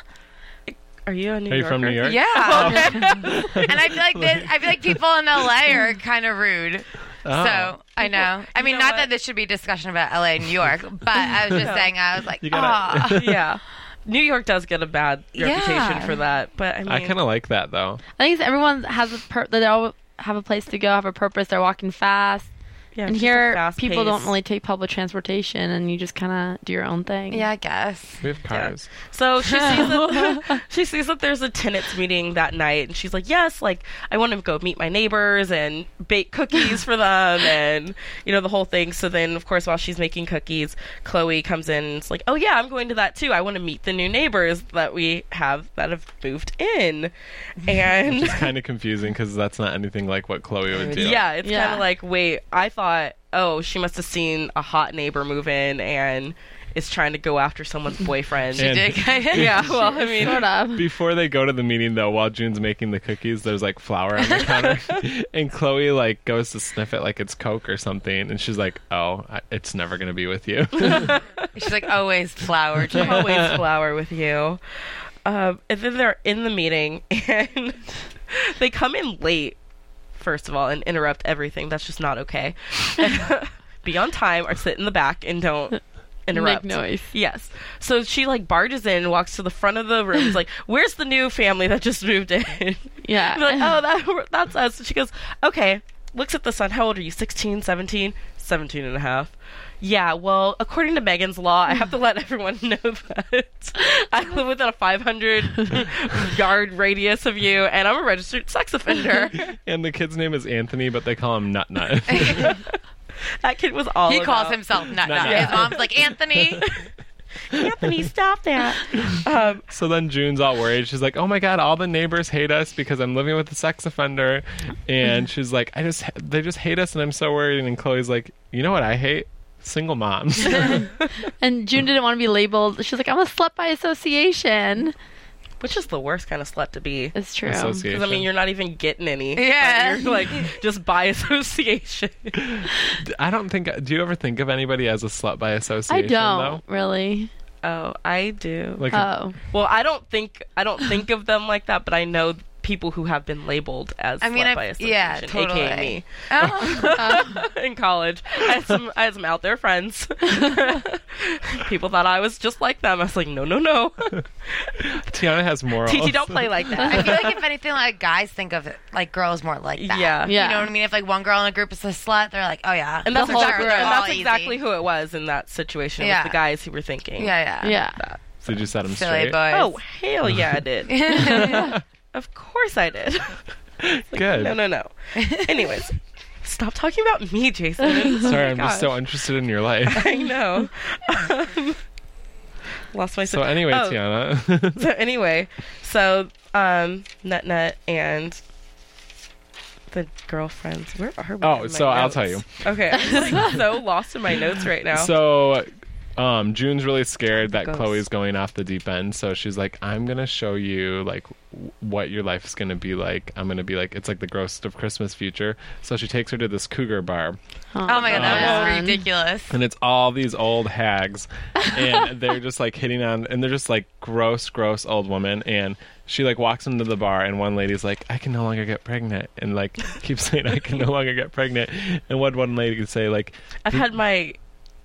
Speaker 2: Are you a New
Speaker 4: Are you from New
Speaker 2: Yorker?
Speaker 4: York?
Speaker 5: Yeah, and I feel like this, I feel like people in LA are kind of rude.
Speaker 4: Oh.
Speaker 5: So I know. I mean,
Speaker 2: know
Speaker 5: not
Speaker 2: what?
Speaker 5: that this should be a discussion about LA and New York, but I was just saying, I was like,
Speaker 4: gotta-
Speaker 5: "Aw."
Speaker 2: yeah. New York does get a bad
Speaker 5: Yeah.
Speaker 2: reputation for that, but I mean,
Speaker 4: I kind of like that though.
Speaker 3: I think it's everyone has a pur- they all have a place to go, have a purpose. They're walking fast,
Speaker 2: yeah,
Speaker 3: and
Speaker 2: just a
Speaker 3: here
Speaker 2: fast
Speaker 3: people
Speaker 2: pace.
Speaker 3: don't really take public transportation, and you just kind of do your own thing.
Speaker 5: yeah, I guess.
Speaker 4: We have cars.
Speaker 2: So she sees that she sees that there's a tenants meeting that night, and she's like, "Yes, like I want to go meet my neighbors and bake cookies for them, and you know the whole thing." So then, of course, while she's making cookies, Chloe comes in. and It's like, "Oh yeah, I'm going to that too. I want to meet the new neighbors that we have that have moved in," and
Speaker 4: It's kind of confusing because that's not anything like what Chloe would do.
Speaker 2: Yeah, it's
Speaker 3: Yeah.
Speaker 2: kind of like, wait, I thought, oh, she must have seen a hot neighbor move in and is trying to go after someone's boyfriend.
Speaker 4: And-
Speaker 2: yeah, well, I mean,
Speaker 3: sort of.
Speaker 4: Before they go to the meeting, though, while June's making the cookies, there's like flour on the counter, and Chloe like goes to sniff it like it's Coke or something, and she's like, "Oh, I- it's never gonna be with you."
Speaker 5: She's like always flowered.
Speaker 2: always flower with you. Um, and then they're in the meeting and they come in late, first of all, and interrupt everything. That's just not okay. Be on time or sit in the back and don't interrupt.
Speaker 3: noise.
Speaker 2: Yes. So she like barges in, walks to the front of the room, is like, Where's the new family that just moved in?
Speaker 3: Yeah.
Speaker 2: Be like, oh, that, that's us. And she goes, okay, looks at the son. How old are you? 16, 17? 17 and a half. Yeah, well, according to Megan's law, I have to let everyone know that I live within a 500 yard radius of you, and I'm a registered sex offender.
Speaker 4: and the kid's name is Anthony, but they call him Nut Nut.
Speaker 2: That kid was all
Speaker 5: He calls
Speaker 2: about-
Speaker 5: himself Nut
Speaker 4: Nut
Speaker 5: Nut.
Speaker 4: Nut.
Speaker 5: His mom's like Anthony.
Speaker 2: Anthony, stop that. Um,
Speaker 4: so then June's all worried. She's like, "Oh my god, all the neighbors hate us because I'm living with a sex offender," and she's like, "I just they just hate us, and I'm so worried." And Chloe's like, "You know what I hate? Single moms."
Speaker 3: And June didn't want to be labeled. She's like, I'm a slut by association.
Speaker 2: which is the worst kind of slut to be.
Speaker 3: It's true.
Speaker 4: Association.
Speaker 2: Because, I mean, you're not even getting any.
Speaker 5: Yeah.
Speaker 2: You're like, just by association.
Speaker 4: I don't think. Do you ever think of anybody as a slut by
Speaker 3: I
Speaker 4: association?
Speaker 3: don't really.
Speaker 2: Oh, I do.
Speaker 4: Though? Like,
Speaker 2: Uh,
Speaker 3: Oh,
Speaker 2: Well, I don't think I don't think of them like that, but I know people who have been labeled as
Speaker 5: I mean,
Speaker 2: slut
Speaker 5: I've-
Speaker 2: by association,
Speaker 5: yeah,
Speaker 2: aka
Speaker 5: totally.
Speaker 2: me,
Speaker 5: Oh,
Speaker 3: Uh,
Speaker 2: in college. I had some I had some out there friends. people thought I was just like them. I was like, no, no, no.
Speaker 4: Tiana has morals.
Speaker 2: TT, don't play like that.
Speaker 5: I feel like if anything, like guys think of it, like girls more like that.
Speaker 2: Yeah.
Speaker 3: yeah.
Speaker 5: You know what I mean? If like one girl in a group is a slut, they're like, oh yeah,
Speaker 2: And that's
Speaker 5: The whole
Speaker 2: exactly
Speaker 5: group.
Speaker 2: and that's
Speaker 5: All easy.
Speaker 2: exactly who it was in that situation. It
Speaker 5: Yeah.
Speaker 2: was the guys who were thinking.
Speaker 5: Yeah, yeah,
Speaker 3: Yeah.
Speaker 4: Did you set him
Speaker 5: Silly
Speaker 4: straight?
Speaker 5: boys.
Speaker 2: Oh hell yeah, I did. of course I did.
Speaker 4: Good.
Speaker 2: No, no, no. Anyways, stop talking about me, Jason.
Speaker 4: Sorry, I'm
Speaker 2: Oh gosh.
Speaker 4: just so interested in your life.
Speaker 2: I know. Um, lost my
Speaker 4: So anyway,
Speaker 2: Oh.
Speaker 4: Tiana,
Speaker 2: So anyway, so um, Nut Nut and the girlfriends. Where are we?
Speaker 4: Oh,
Speaker 2: in my
Speaker 4: so I'll tell
Speaker 2: notes? Okay, I'm like, so lost in my notes right now.
Speaker 4: so um, June's really scared that
Speaker 2: Ghost.
Speaker 4: Chloe's going off the deep end, so she's like, "I'm gonna show you like w- what your life's gonna be like. I'm gonna be like, it's like the grossest of Christmas future." So she takes her to this cougar bar,
Speaker 5: Oh my god,
Speaker 2: Uh,
Speaker 5: that was
Speaker 3: man.
Speaker 5: ridiculous.
Speaker 4: and it's all these old hags and they're just like hitting on and they're just like gross gross old woman and she like walks into the bar and one lady's like i can no longer get pregnant and like keeps saying i can no longer get pregnant and what one lady could say like
Speaker 2: I've had my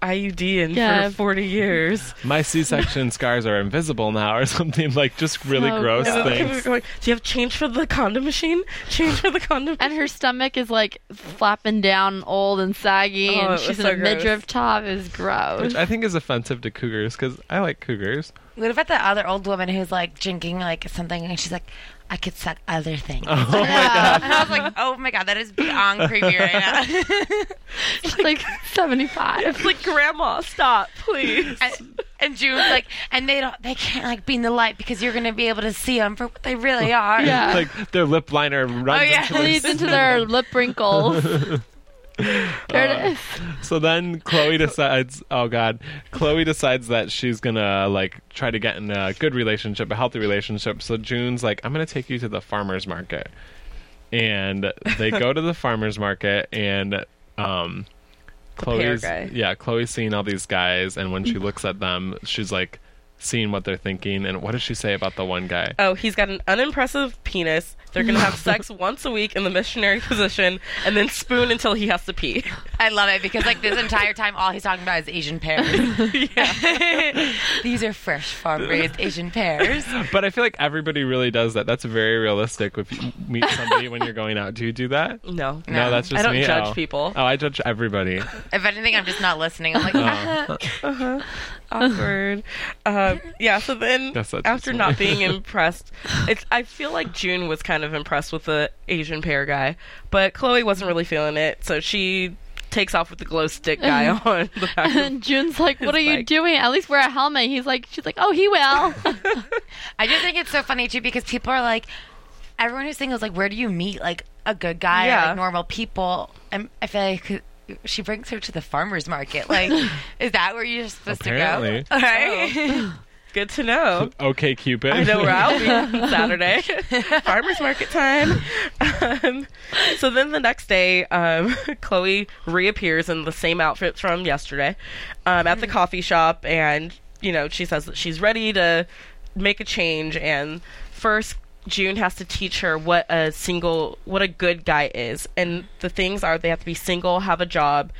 Speaker 2: IUD in
Speaker 3: Yeah.
Speaker 2: for 40 years.
Speaker 4: my c-section scars are invisible now or something like just really
Speaker 3: Oh,
Speaker 4: gross
Speaker 3: God.
Speaker 2: People were
Speaker 4: things
Speaker 2: going, Do you have change for the condom machine? Change for the condom.
Speaker 3: And her stomach is like flapping down, old and saggy,
Speaker 2: Oh, it
Speaker 3: and
Speaker 2: was
Speaker 3: she's in
Speaker 2: so
Speaker 3: a
Speaker 2: gross.
Speaker 3: midriff top. It was gross.
Speaker 4: which i think is offensive to cougars because i like cougars
Speaker 5: What about the other old woman who's like drinking like something and she's like, I could suck other things.
Speaker 3: yeah.
Speaker 5: And I was like, oh my god, that is beyond creepy right now.
Speaker 3: She's like 75.
Speaker 2: It's like grandma, stop, please.
Speaker 5: and, and June's like, and they don't, they can't like be in the light because you're gonna be able to see them for what they really are.
Speaker 3: Yeah.
Speaker 4: like their lip liner runs
Speaker 5: yeah.
Speaker 4: into
Speaker 3: Oh, Leads
Speaker 4: their
Speaker 3: into their lip wrinkles. There
Speaker 2: Uh.
Speaker 3: it is.
Speaker 4: So then Chloe decides, oh god, Chloe decides that she's gonna like try to get in a good relationship, a healthy relationship. So June's like, I'm gonna take you to the farmer's market. And they go to the farmer's market and um Chloe's
Speaker 2: guy.
Speaker 4: yeah, Chloe's seeing all these guys and when she looks at them, she's like seeing what they're thinking and what does she say about the one guy?
Speaker 2: Oh, he's got an unimpressive penis. They're gonna have sex once a week in the missionary position, and then spoon until he has to pee.
Speaker 5: I love it because like this entire time, all he's talking about is Asian pears. These are fresh farm raised Asian pears.
Speaker 4: But I feel like everybody really does that. That's very realistic if you meet somebody when you're going out. Do you do that?
Speaker 2: No,
Speaker 4: No,
Speaker 5: No.
Speaker 4: that's
Speaker 2: I
Speaker 4: just
Speaker 2: don't
Speaker 4: me.
Speaker 2: judge
Speaker 4: Oh.
Speaker 2: people.
Speaker 4: Oh, I judge everybody.
Speaker 5: If anything, I'm just not listening. I'm like,
Speaker 2: awkward. Um, yeah. So then,
Speaker 4: That's not
Speaker 2: after
Speaker 4: too
Speaker 2: not
Speaker 4: smart.
Speaker 2: being impressed, it's I feel like June was kind of impressed with the Asian pear guy, but Chloe wasn't really feeling it, so she takes off with the glow stick guy on the back. of-
Speaker 3: And June's like, "What are
Speaker 2: It's
Speaker 3: you
Speaker 2: like-
Speaker 3: doing? At least wear a helmet." He's like, "She's like, oh, he will."
Speaker 5: I just think it's so funny too because people are like, everyone who's single is like, where do you meet like a good guy or
Speaker 2: Yeah.
Speaker 5: like normal people? And I feel like she brings her to the farmers market. Like, is that where you're supposed
Speaker 4: Apparently.
Speaker 5: to go? Right?
Speaker 2: Good to know.
Speaker 4: Okay, Cupid.
Speaker 2: I know where I'll be on Saturday. Farmers market time. Um, so then the next day, um, Chloe reappears in the same outfit from yesterday um, at the coffee shop, and you know she says that she's ready to make a change. And first, June has to teach her what a single, what a good guy is, and the things are they have to be single, have a job,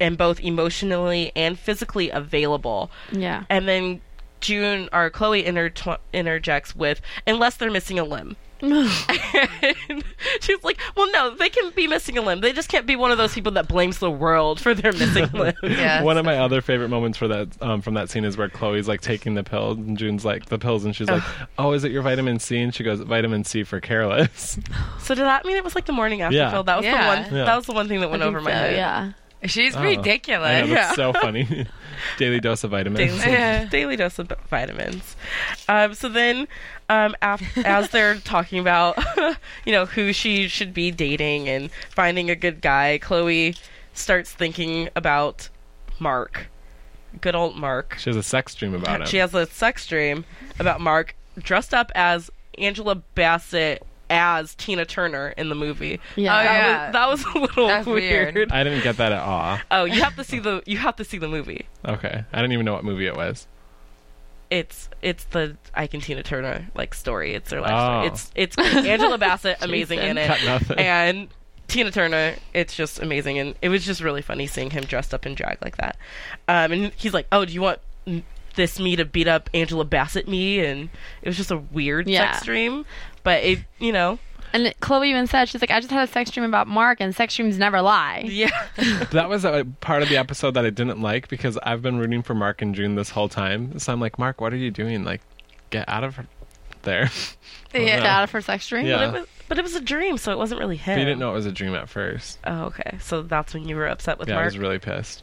Speaker 2: and both emotionally and physically available.
Speaker 3: yeah.
Speaker 2: And then June or Chloe intertw interjects with, unless they're missing a limb. and she's like, well, no, they can be missing a limb. They just can't be one of those people that blames the world for their missing limb.
Speaker 5: Yes.
Speaker 4: One of my other favorite moments for that um, from that scene is where Chloe's like taking the pill and June's like the pills and she's like, "Oh, is it your vitamin C?" And she goes, "Vitamin C for careless."
Speaker 2: So did that mean it was like the morning after
Speaker 4: Yeah.
Speaker 2: pill? That was
Speaker 5: Yeah.
Speaker 2: the one.
Speaker 4: Yeah.
Speaker 2: That was the one thing that went over my
Speaker 3: So,
Speaker 2: head.
Speaker 3: yeah.
Speaker 5: She's
Speaker 4: Oh. I know,
Speaker 5: ridiculous.
Speaker 4: that's so funny. Daily dose of vitamins.
Speaker 2: daily, daily dose of vitamins. Um, so then, um, af- as they're talking about, you know, who she should be dating and finding a good guy, Chloe starts thinking about Mark, good old Mark.
Speaker 4: She has a sex dream about him.
Speaker 2: She has a sex dream about Mark dressed up as Angela Bassett as Tina Turner in the movie. Uh,
Speaker 3: Yeah.
Speaker 5: Oh, yeah.
Speaker 2: That was, that was a little
Speaker 5: That's weird.
Speaker 2: weird.
Speaker 4: I didn't get that at all.
Speaker 2: Oh, you have to see the you have to see the movie.
Speaker 4: Okay, I didn't even know what movie it was.
Speaker 2: it's it's the Ike and Tina Turner like story. It's their life
Speaker 4: Oh.
Speaker 2: story. It's it's great. Angela Bassett amazing in
Speaker 4: Cut
Speaker 2: it,
Speaker 4: nothing.
Speaker 2: and Tina Turner. It's just amazing, and it was just really funny seeing him dressed up in drag like that. Um, and he's like, "Oh, do you want m- this me to beat up Angela Bassett me?" And it was just a weird
Speaker 3: Yeah.
Speaker 2: sex dream, but it you know
Speaker 3: And Chloe even said, "She's like, I just had a sex dream about Mark, and sex dreams never lie."
Speaker 2: yeah
Speaker 4: That was a part of the episode that I didn't like because I've been rooting for Mark and June this whole time. So I'm like, Mark, what are you doing? Like, get out of there.
Speaker 5: Yeah.
Speaker 3: Get out of her sex dream.
Speaker 4: Yeah.
Speaker 2: But, it was, but it was a dream, so it wasn't really him.
Speaker 4: But you didn't know it was a dream at first.
Speaker 2: Oh, okay. So that's when you were upset with
Speaker 4: Yeah, I
Speaker 2: Mark.
Speaker 4: was really pissed.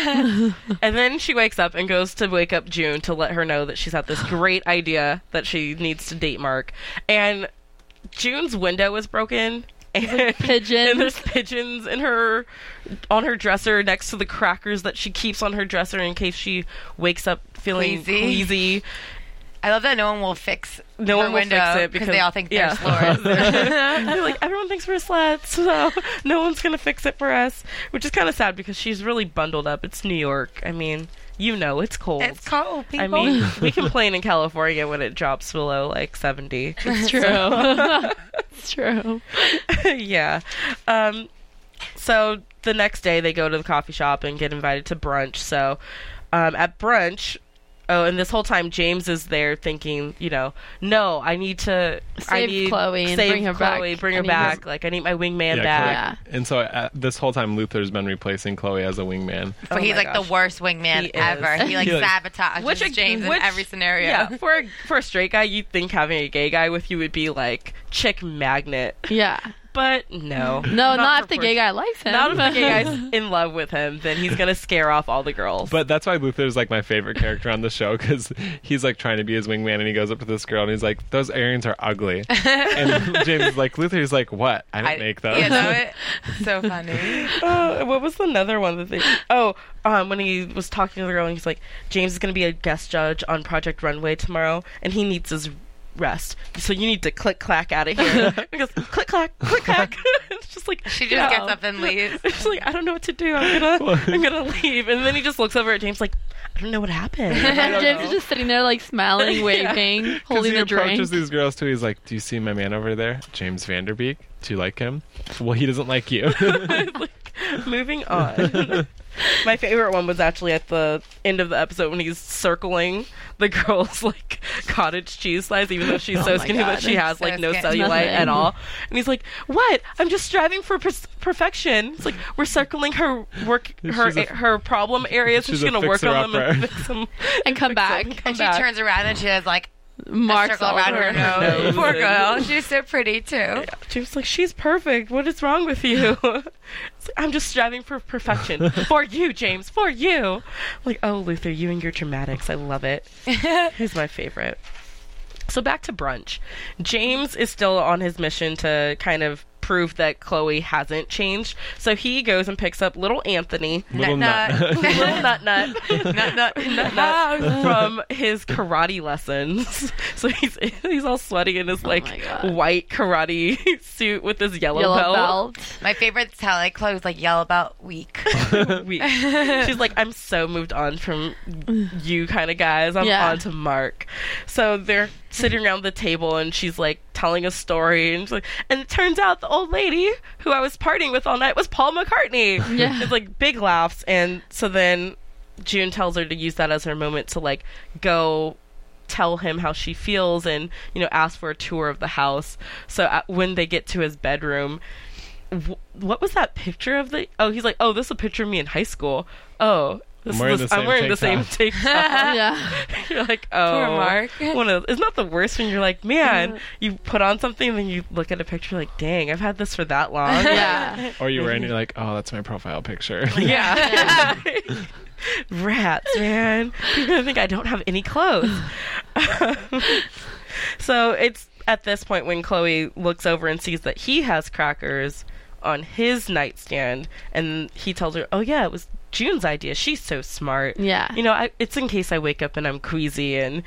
Speaker 2: And then she wakes up and goes to wake up June to let her know that she's had this great idea that she needs to date Mark. And June's window is broken. And,
Speaker 3: pigeons.
Speaker 2: and there's pigeons in her on her dresser next to the crackers that she keeps on her dresser in case she wakes up feeling
Speaker 5: Queasy.
Speaker 2: queasy.
Speaker 5: I love that no one will fix
Speaker 2: No
Speaker 5: her
Speaker 2: one will
Speaker 5: window
Speaker 2: fix it
Speaker 5: they
Speaker 2: because-
Speaker 5: all think
Speaker 2: yeah.
Speaker 5: they're slurs.
Speaker 2: They're like everyone thinks we're sluts, so no one's gonna fix it for us. Which is kind of sad because she's really bundled up. It's New York. I mean, you know, it's cold.
Speaker 5: it's cold, people.
Speaker 2: I mean, we complain in California when it drops below like 70.
Speaker 3: It's true. it's true.
Speaker 2: yeah. Um, so the next day they go to the coffee shop and get invited to brunch. So um, at brunch, oh, and this whole time James is there thinking, you know, no, I need to I
Speaker 3: Save
Speaker 2: need,
Speaker 3: Chloe and
Speaker 2: save
Speaker 3: bring her back.
Speaker 2: Chloe, Bring
Speaker 3: I
Speaker 2: her
Speaker 3: need
Speaker 2: back.
Speaker 3: this-
Speaker 2: Like I need my wingman
Speaker 4: Yeah,
Speaker 2: back.
Speaker 3: Chloe-
Speaker 4: Chloe- And so uh, this whole time, Luther's been replacing Chloe as a wingman.
Speaker 5: but
Speaker 2: Oh
Speaker 5: he's
Speaker 2: my
Speaker 5: like
Speaker 2: gosh.
Speaker 5: the worst wingman
Speaker 2: He is.
Speaker 5: ever. He like
Speaker 4: He, like-
Speaker 5: sabotages
Speaker 2: a-
Speaker 5: James
Speaker 2: which-
Speaker 5: in every scenario.
Speaker 2: Yeah, for a, for a straight guy, you'd think having a gay guy with you would be like chick magnet.
Speaker 3: Yeah.
Speaker 2: but no.
Speaker 3: No, not, if the
Speaker 2: for-
Speaker 3: gay guy likes him.
Speaker 2: Not if the gay guy's in love with him, then he's gonna scare off all the girls.
Speaker 4: But that's why Luther's like my favorite character on the show because he's like trying to be his wingman and he goes up to this girl and he's like, "Those earrings are ugly." and James is like, "Luther, he's like, what? I didn't
Speaker 5: I-
Speaker 4: make those."
Speaker 5: You know it? So funny.
Speaker 2: Uh, what was another one that they? Oh, um, when he was talking to the girl, and he's like, "James is going to be a guest judge on Project Runway tomorrow, and he needs his rest. So you need to click clack out of here." he goes, "Click clack, click clack." it's just like
Speaker 5: She just
Speaker 2: yeah.
Speaker 5: gets up and leaves.
Speaker 2: It's just like I don't know what to do. I'm gonna, I'm gonna leave. And then he just looks over at James like, "I don't know what happened."
Speaker 3: And James is just sitting there, like smiling, waving,
Speaker 4: Because
Speaker 3: holding
Speaker 4: he
Speaker 3: the
Speaker 4: approaches
Speaker 3: drink.
Speaker 4: these girls too. He's like, "Do you see my man over there, James Vanderbeek? Do you like him? Well, he doesn't like you."
Speaker 2: like, moving on. My favorite one was actually at the end of the episode when he's circling the girl's like cottage cheese slice, even though she's so
Speaker 3: Oh my
Speaker 2: skinny that
Speaker 3: God,
Speaker 2: she has like
Speaker 5: so
Speaker 2: no
Speaker 5: skinny.
Speaker 2: cellulite at
Speaker 3: Nothing.
Speaker 2: all. And he's like, "What? I'm just striving for per- perfection." It's like we're circling her work, her
Speaker 4: She's a-
Speaker 2: her problem areas, and
Speaker 4: she's
Speaker 2: she's
Speaker 4: a
Speaker 2: gonna work on them and
Speaker 4: fixer-upper.
Speaker 2: fix them.
Speaker 3: And come back.
Speaker 2: And come
Speaker 5: And she
Speaker 2: back.
Speaker 5: turns around and she has like a
Speaker 3: Marks
Speaker 5: circle
Speaker 3: all
Speaker 5: around
Speaker 3: over
Speaker 5: her
Speaker 3: her.
Speaker 5: nose.
Speaker 2: nose.
Speaker 5: Poor girl. She's so pretty too.
Speaker 2: She was like, "She's perfect. What is wrong with you?" It's like, I'm just striving for perfection for you, James. For you. Like, oh, Luther, you and your dramatics. I love it. Who's my favorite? So back to brunch. James is still on his mission to kind of prove that Chloe hasn't changed. So he goes and picks up little Anthony,
Speaker 4: Little
Speaker 5: Nut,
Speaker 4: nut.
Speaker 2: little nut nut,
Speaker 5: Not, not,
Speaker 2: nut nut from his karate lessons. So he's he's all sweaty in his like
Speaker 3: Oh my God.
Speaker 2: white karate suit with his yellow,
Speaker 3: Yellow
Speaker 2: belt.
Speaker 3: belt.
Speaker 5: My favorite's how like Chloe's like yell about weak.
Speaker 2: week. She's like, I'm so moved on from you kind of guys. I'm
Speaker 3: Yeah.
Speaker 2: on to Mark. So they're sitting around the table and she's like telling a story and she's like, and it turns out the old lady who I was partying with all night was Paul McCartney.
Speaker 3: Yeah.
Speaker 2: It's like big laughs and so then June tells her to use that as her moment to like go tell him how she feels and you know ask for a tour of the house. So uh, when they get to his bedroom, wh- what was that picture of the? Oh, he's like, oh, this is a picture of me in high school. Oh, this
Speaker 4: I'm wearing
Speaker 2: is
Speaker 4: the
Speaker 2: I'm
Speaker 4: same
Speaker 2: wearing
Speaker 4: tank
Speaker 2: the same
Speaker 4: top."
Speaker 2: tank top.
Speaker 3: Yeah.
Speaker 2: you're like, oh,
Speaker 5: Poor Mark.
Speaker 2: One of, isn't that the worst when you're like, man, you put on something and then you look at a picture like, dang, I've had this for that long.
Speaker 3: Yeah.
Speaker 4: or you were and you're like, "Oh, that's my profile picture."
Speaker 2: Yeah. Rats, man. You're going to think I don't have any clothes. so it's at this point when Chloe looks over and sees that he has crackers on his nightstand, and he tells her, Oh, yeah, it was June's idea. She's so smart.
Speaker 3: Yeah.
Speaker 2: You know, I, it's in case I wake up and I'm queasy and.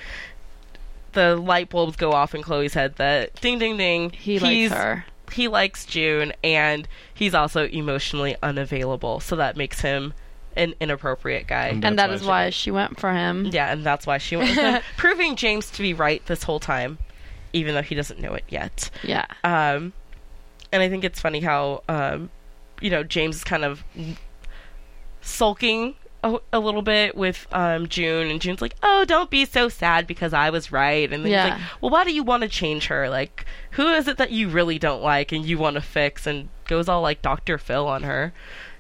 Speaker 2: The light bulbs go off in Chloe's head that ding ding ding.
Speaker 3: He
Speaker 2: he's-
Speaker 3: likes her.
Speaker 2: he likes June and he's also emotionally unavailable, so that makes him an inappropriate guy.
Speaker 3: And uh, that
Speaker 4: That's
Speaker 3: is why she went for him.
Speaker 2: Yeah, and that's why she went with him, proving James to be right this whole time, even though he doesn't know it yet.
Speaker 3: Yeah.
Speaker 2: Um, and I think it's funny how, um, you know, James is kind of sulking a, a little bit with um, June, and June's like, "Oh, don't be so sad because I was right." And then
Speaker 3: Yeah.
Speaker 2: he's like, "Well, why do you want to change her? Like, who is it that you really don't like and you want to fix?" And goes all like Dr. Phil on her,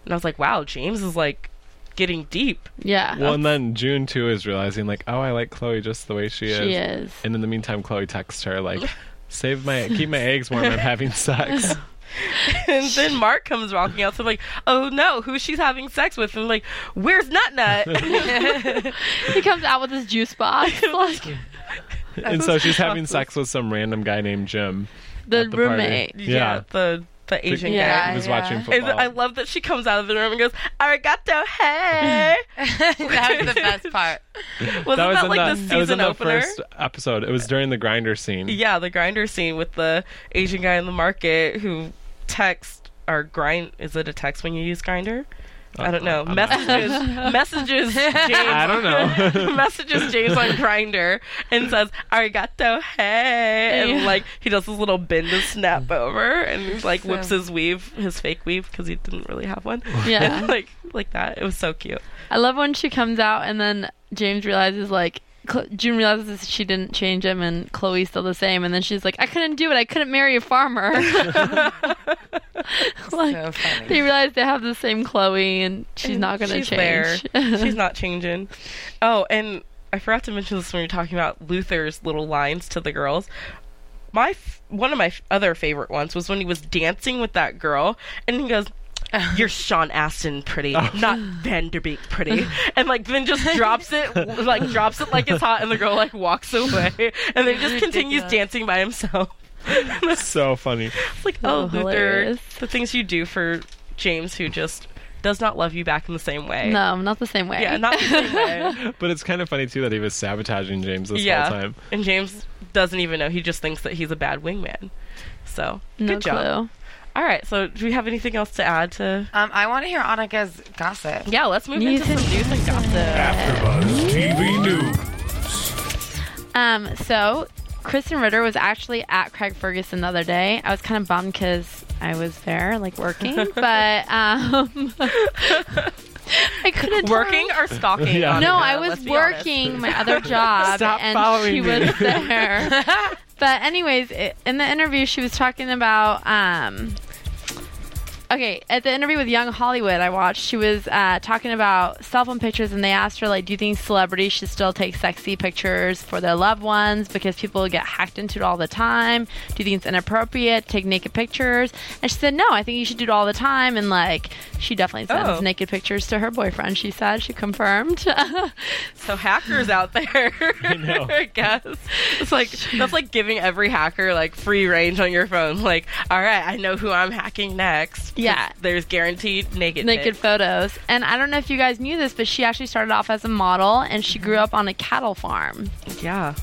Speaker 2: and I was like, "Wow, James is like getting deep."
Speaker 3: Yeah.
Speaker 4: Well, and then June too is realizing like, "Oh, I like Chloe just the way she is."
Speaker 3: she is.
Speaker 4: And in the meantime, Chloe texts her like, "Save my keep my eggs warm. I'm having sex."
Speaker 2: And then Mark comes walking out, so I'm like, "Oh no, who she's having sex with?" And I'm like, "Where's Nut Nut?"
Speaker 3: He comes out with his juice box. like,
Speaker 4: and so she's having sex with some random guy named Jim.
Speaker 3: the,
Speaker 4: at the party.
Speaker 3: roommate.
Speaker 2: yeah. the the Asian
Speaker 3: Yeah.
Speaker 2: guy.
Speaker 4: He was
Speaker 5: Yeah, yeah.
Speaker 4: watching
Speaker 2: And
Speaker 4: football.
Speaker 2: I love that she comes out of the room and goes, "Arigato, hey!"
Speaker 5: that was the best part.
Speaker 2: Wasn't that,
Speaker 4: in
Speaker 2: like
Speaker 4: the-
Speaker 2: the
Speaker 4: it was in
Speaker 2: season
Speaker 4: the
Speaker 2: opener?
Speaker 4: first episode. It was during the grinder scene.
Speaker 2: Yeah, the grinder scene with the Asian guy in the market who texts or grind. Is it a text when you use grinder? I don't know.
Speaker 4: Uh, I'm not
Speaker 2: Messages, messages,
Speaker 4: I
Speaker 2: James,
Speaker 4: don't know.
Speaker 2: messages James on Grinder and says "Arigato, hey," and
Speaker 3: Yeah.
Speaker 2: like he does this little bend and snap over, and he's like
Speaker 5: So-
Speaker 2: whips his weave, his fake weave, because he didn't really have one.
Speaker 3: Yeah.
Speaker 2: like like that. It was so cute.
Speaker 3: I love when she comes out and then James realizes like Cl- June realizes she didn't change him and Chloe's still the same and then she's like I couldn't do it I couldn't marry a farmer. like
Speaker 5: So funny.
Speaker 3: they realize they have the same Chloe and she's not going to
Speaker 2: She's
Speaker 3: change.
Speaker 2: there. She's not changing. Oh, and I forgot to mention this when we were talking about Luther's little lines to the girls. My f- one of my f- other favorite ones was when he was dancing with that girl, and he goes. You're Sean Astin pretty,
Speaker 3: Oh.
Speaker 2: not Vanderbeek pretty, and like then just drops it, like drops it like it's hot, and the girl like walks away, and then just continues
Speaker 5: Ridiculous.
Speaker 2: dancing by himself.
Speaker 4: so funny.
Speaker 2: It's like, oh,
Speaker 3: Oh,
Speaker 2: Luther,
Speaker 3: hilarious.
Speaker 2: the things you do for James, who just does not love you back in the same way.
Speaker 3: No, not the same way.
Speaker 2: Yeah, not the same way.
Speaker 4: But it's kind of funny too that he was sabotaging James this
Speaker 2: yeah.
Speaker 4: whole time.
Speaker 2: And James doesn't even know. He just thinks that he's a bad wingman. So,
Speaker 3: no
Speaker 2: good job.
Speaker 3: clue.
Speaker 2: All right. So, do we have anything else to add to?
Speaker 5: Um, I want to hear Annika's gossip.
Speaker 2: Yeah, let's move
Speaker 3: News
Speaker 2: into some news and gossip.
Speaker 7: AfterBuzz TV News.
Speaker 3: Um, so Kristen Ritter was actually at Craig Ferguson the other day. I was kind of bummed because I was there, like working, but um, I couldn't tell.
Speaker 2: Working or stalking?
Speaker 4: Yeah.
Speaker 2: Annika?
Speaker 3: No, I
Speaker 2: Let's
Speaker 3: was
Speaker 2: be honest.
Speaker 3: working my other job,
Speaker 4: Stop
Speaker 3: and
Speaker 4: following
Speaker 3: she
Speaker 4: me.
Speaker 3: was there. but anyways, i in the interview, she was talking about. Um, okay, at the interview with Young Hollywood, I watched. She was uh, talking about cell phone pictures, and they asked her like, "Do you think celebrities should still take sexy pictures for their loved ones because people get hacked into it all the time? Do you think it's inappropriate to take naked pictures?" And she said, "No, I think you should do it all the time." And like, she definitely sends
Speaker 2: Oh.
Speaker 3: naked pictures to her boyfriend. She said she confirmed.
Speaker 2: So hackers out there, I,
Speaker 4: know.
Speaker 2: guess it's like that's like giving every hacker like free range on your phone. Like, all right, I know who I'm hacking next.
Speaker 3: Yeah.
Speaker 2: there's guaranteed naked.
Speaker 3: naked
Speaker 2: pics.
Speaker 3: photos. And I don't know if you guys knew this, but she actually started off as a model and she grew up on a cattle farm.
Speaker 2: Yeah.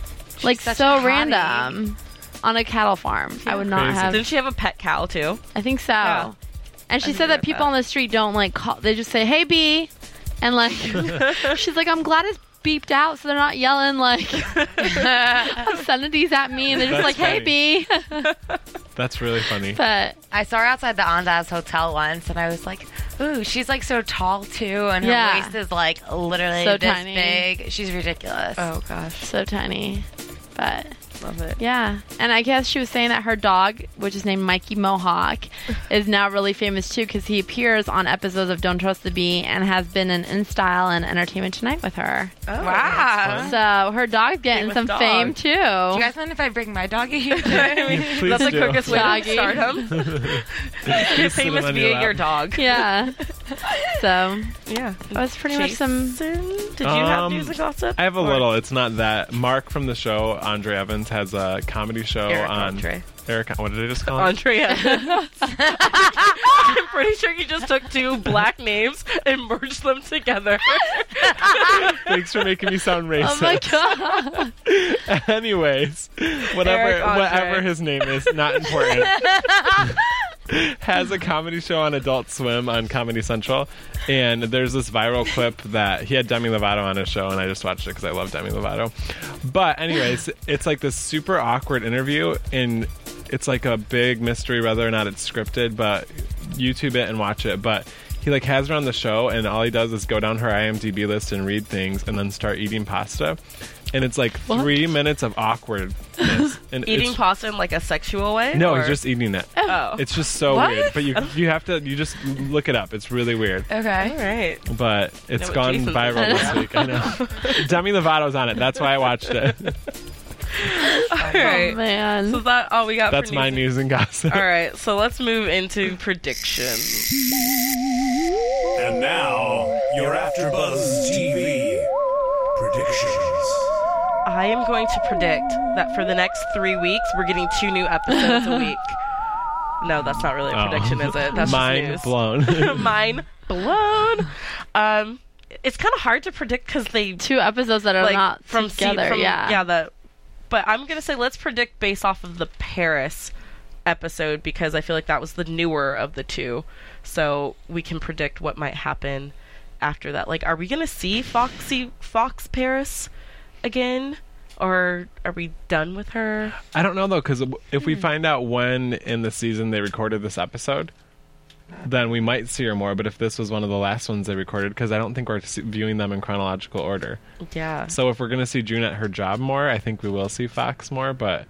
Speaker 3: like
Speaker 5: such
Speaker 3: so
Speaker 5: a hottie.
Speaker 3: random. On a cattle farm. I would not
Speaker 4: Crazy.
Speaker 3: have
Speaker 2: Didn't she have a pet cow too?
Speaker 3: I think so.
Speaker 2: Yeah.
Speaker 3: And she
Speaker 2: think I
Speaker 3: said that
Speaker 2: read
Speaker 3: people
Speaker 2: that.
Speaker 3: on the street don't like call they just say, Hey B and like she's like, I'm glad it's beeped out so they're not yelling like obscenities at me and they're just
Speaker 4: That's
Speaker 3: like,
Speaker 4: funny.
Speaker 3: Hey B
Speaker 4: That's really funny.
Speaker 3: But
Speaker 5: I saw her outside the Andaz Hotel once, and I was like, "Ooh, she's like so tall too, and her
Speaker 3: Yeah.
Speaker 5: waist is like literally
Speaker 3: So
Speaker 5: this
Speaker 3: tiny.
Speaker 5: big. She's ridiculous."
Speaker 2: gosh,
Speaker 3: so tiny. But
Speaker 2: love it.
Speaker 3: Yeah, and I guess she was saying that her dog, which is named Mikey Mohawk, is now really famous too because he appears on episodes of Don't Trust the Bee and has been in In Style and Entertainment Tonight with her.
Speaker 2: Oh,
Speaker 5: Wow.
Speaker 3: So her dog's getting
Speaker 2: Famous
Speaker 3: some
Speaker 2: dog.
Speaker 3: fame too.
Speaker 5: Do you guys mind if I bring my doggy here?
Speaker 4: Please
Speaker 2: That's the
Speaker 4: do.
Speaker 2: quickest way to
Speaker 3: Doggy.
Speaker 2: stardom. You're
Speaker 4: Just sit
Speaker 2: famous
Speaker 4: on your
Speaker 2: via
Speaker 4: lap.
Speaker 2: your dog.
Speaker 3: yeah. so
Speaker 2: Yeah.
Speaker 3: that was pretty much some.
Speaker 2: Did you have
Speaker 4: Um,
Speaker 2: news and gossip?
Speaker 4: I have a
Speaker 2: Or-
Speaker 4: little. It's not that. Mark from the show, Andre Evans, has a comedy show
Speaker 2: Eric
Speaker 4: on
Speaker 2: Andre.
Speaker 4: Eric. What did I just call him?
Speaker 2: Andrea. I'm pretty sure you just took two black names and merged them together.
Speaker 4: Thanks for making me sound racist.
Speaker 3: Oh my god!
Speaker 4: Anyways, whatever
Speaker 2: Eric Andre.
Speaker 4: whatever his name is, not important. has a comedy show on Adult Swim on Comedy Central, and there's this viral clip that he had Demi Lovato on his show, and I just watched it because I love Demi Lovato. But anyways, it's like this super awkward interview, and it's like a big mystery whether or not it's scripted, but YouTube it and watch it. But he like has her on the show, and all he does is go down her IMDb list and read things, and then start eating pasta. And it's like three minutes of awkwardness. And
Speaker 2: Eating
Speaker 4: it's-
Speaker 2: pasta in like a sexual way?
Speaker 4: No,
Speaker 2: or-
Speaker 4: he's just eating it.
Speaker 2: Oh.
Speaker 4: It's just so
Speaker 3: What?
Speaker 4: weird. But you you have to you just look it up. It's really weird.
Speaker 2: All
Speaker 5: okay.
Speaker 2: right.
Speaker 4: But it's
Speaker 2: what
Speaker 4: gone
Speaker 2: Jason's
Speaker 4: viral this week. I know. Demi Lovato's on it. That's why I watched it.
Speaker 2: All
Speaker 3: Oh
Speaker 2: right.
Speaker 3: man.
Speaker 2: So is that all we got
Speaker 4: That's
Speaker 2: for
Speaker 4: my news and gossip.
Speaker 2: All right. So let's move into predictions.
Speaker 7: And now, your AfterBuzz TV predictions.
Speaker 2: I am going to predict that for the next three weeks, we're getting two new episodes a week. No, that's not really a
Speaker 4: Oh.
Speaker 2: prediction, is it? That's
Speaker 4: Mind
Speaker 2: just news.
Speaker 4: blown.
Speaker 2: Mind blown. Um, it's kind of hard to predict because they
Speaker 3: Two episodes that are
Speaker 2: like
Speaker 3: not
Speaker 2: from se-
Speaker 3: together.
Speaker 2: from-
Speaker 3: yeah.
Speaker 2: yeah. The but I'm gonna say let's predict based off of the Paris episode because I feel like that was the newer of the two, so we can predict what might happen after that. Like, are we gonna see Foxy Fox Paris again, or are we done with her?
Speaker 4: I don't know though, because if
Speaker 2: Hmm.
Speaker 4: we find out when in the season they recorded this episode, then we might see her more. But if this was one of the last ones they recorded, because I don't think we're se- viewing them in chronological order.
Speaker 2: Yeah.
Speaker 4: So if we're gonna see June at her job more, I think we will see Fox more. But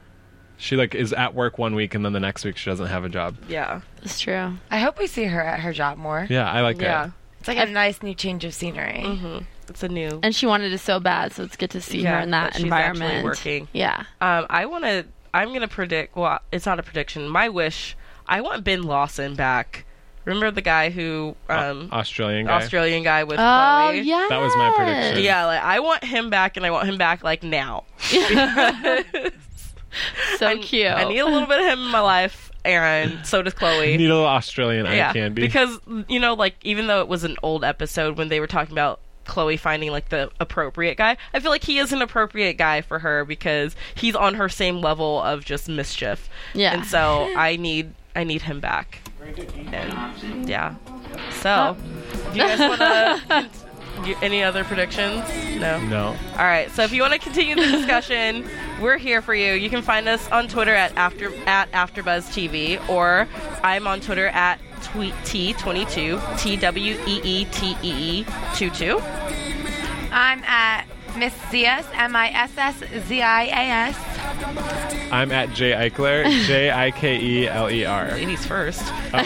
Speaker 4: she like is at work one week and then the next week she doesn't have a job.
Speaker 2: Yeah.
Speaker 3: It's true.
Speaker 5: I hope we see her at her job more.
Speaker 4: Yeah, I like
Speaker 2: Yeah.
Speaker 4: that.
Speaker 5: It's like a nice new change of scenery.
Speaker 2: It's a new.
Speaker 3: And she wanted it so bad, so it's good to see
Speaker 2: Yeah,
Speaker 3: her in that,
Speaker 2: that she's actually
Speaker 3: environment.
Speaker 2: working.
Speaker 3: Yeah.
Speaker 2: Um, I want to. I'm gonna predict. Well, it's not a prediction. My wish. I want Ben Lawson back. Remember the guy who,
Speaker 4: Uh,
Speaker 2: um,
Speaker 4: Australian guy.
Speaker 2: Australian guy with
Speaker 3: Oh
Speaker 2: Chloe?
Speaker 3: yeah,
Speaker 4: That was my prediction.
Speaker 2: Yeah, like I want him back, and I want him back like now.
Speaker 3: So
Speaker 2: I-
Speaker 3: cute.
Speaker 2: I need a little bit of him in my life, and so does Chloe.
Speaker 4: Need a little Australian eye candy.
Speaker 2: Because you know, like even though it was an old episode when they were talking about Chloe finding like the appropriate guy, I feel like he is an appropriate guy for her because he's on her same level of just mischief.
Speaker 3: Yeah.
Speaker 2: And so I need I need him back. And yeah.
Speaker 3: Uh.
Speaker 2: So do you guys wanna you- any other predictions? No.
Speaker 4: no.
Speaker 2: All right. So if you want to continue the discussion, we're here for you. You can find us on Twitter at after at AfterBuzz TV, or I'm on Twitter at tweet t22 t w e e t e e 22.
Speaker 5: I'm at Miss Zias, M I S S Z I A S.
Speaker 4: I'm at J Eichler. J I K E L E R.
Speaker 2: Ladies first.
Speaker 4: Oh,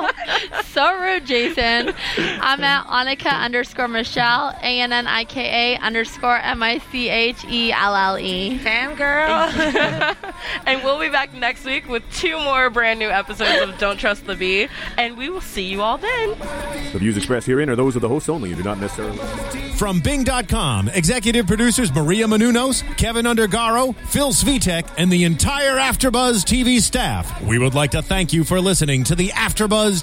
Speaker 4: sorry.
Speaker 3: so rude, Jason. I'm at Annika underscore Michelle, A N N I K A underscore M I C H E L L E.
Speaker 5: Damn girl.
Speaker 2: And we'll be back next week with two more brand new episodes of Don't Trust the Bee, and we will see you all then.
Speaker 8: The views expressed herein are those of the hosts only and do not necessarily.
Speaker 1: From Bing.com, executive producers Maria Manunos, Kevin Undergaro, Phil Svitek, and the entire Afterbuzz TV staff, we would like to thank you for listening to the Afterbuzz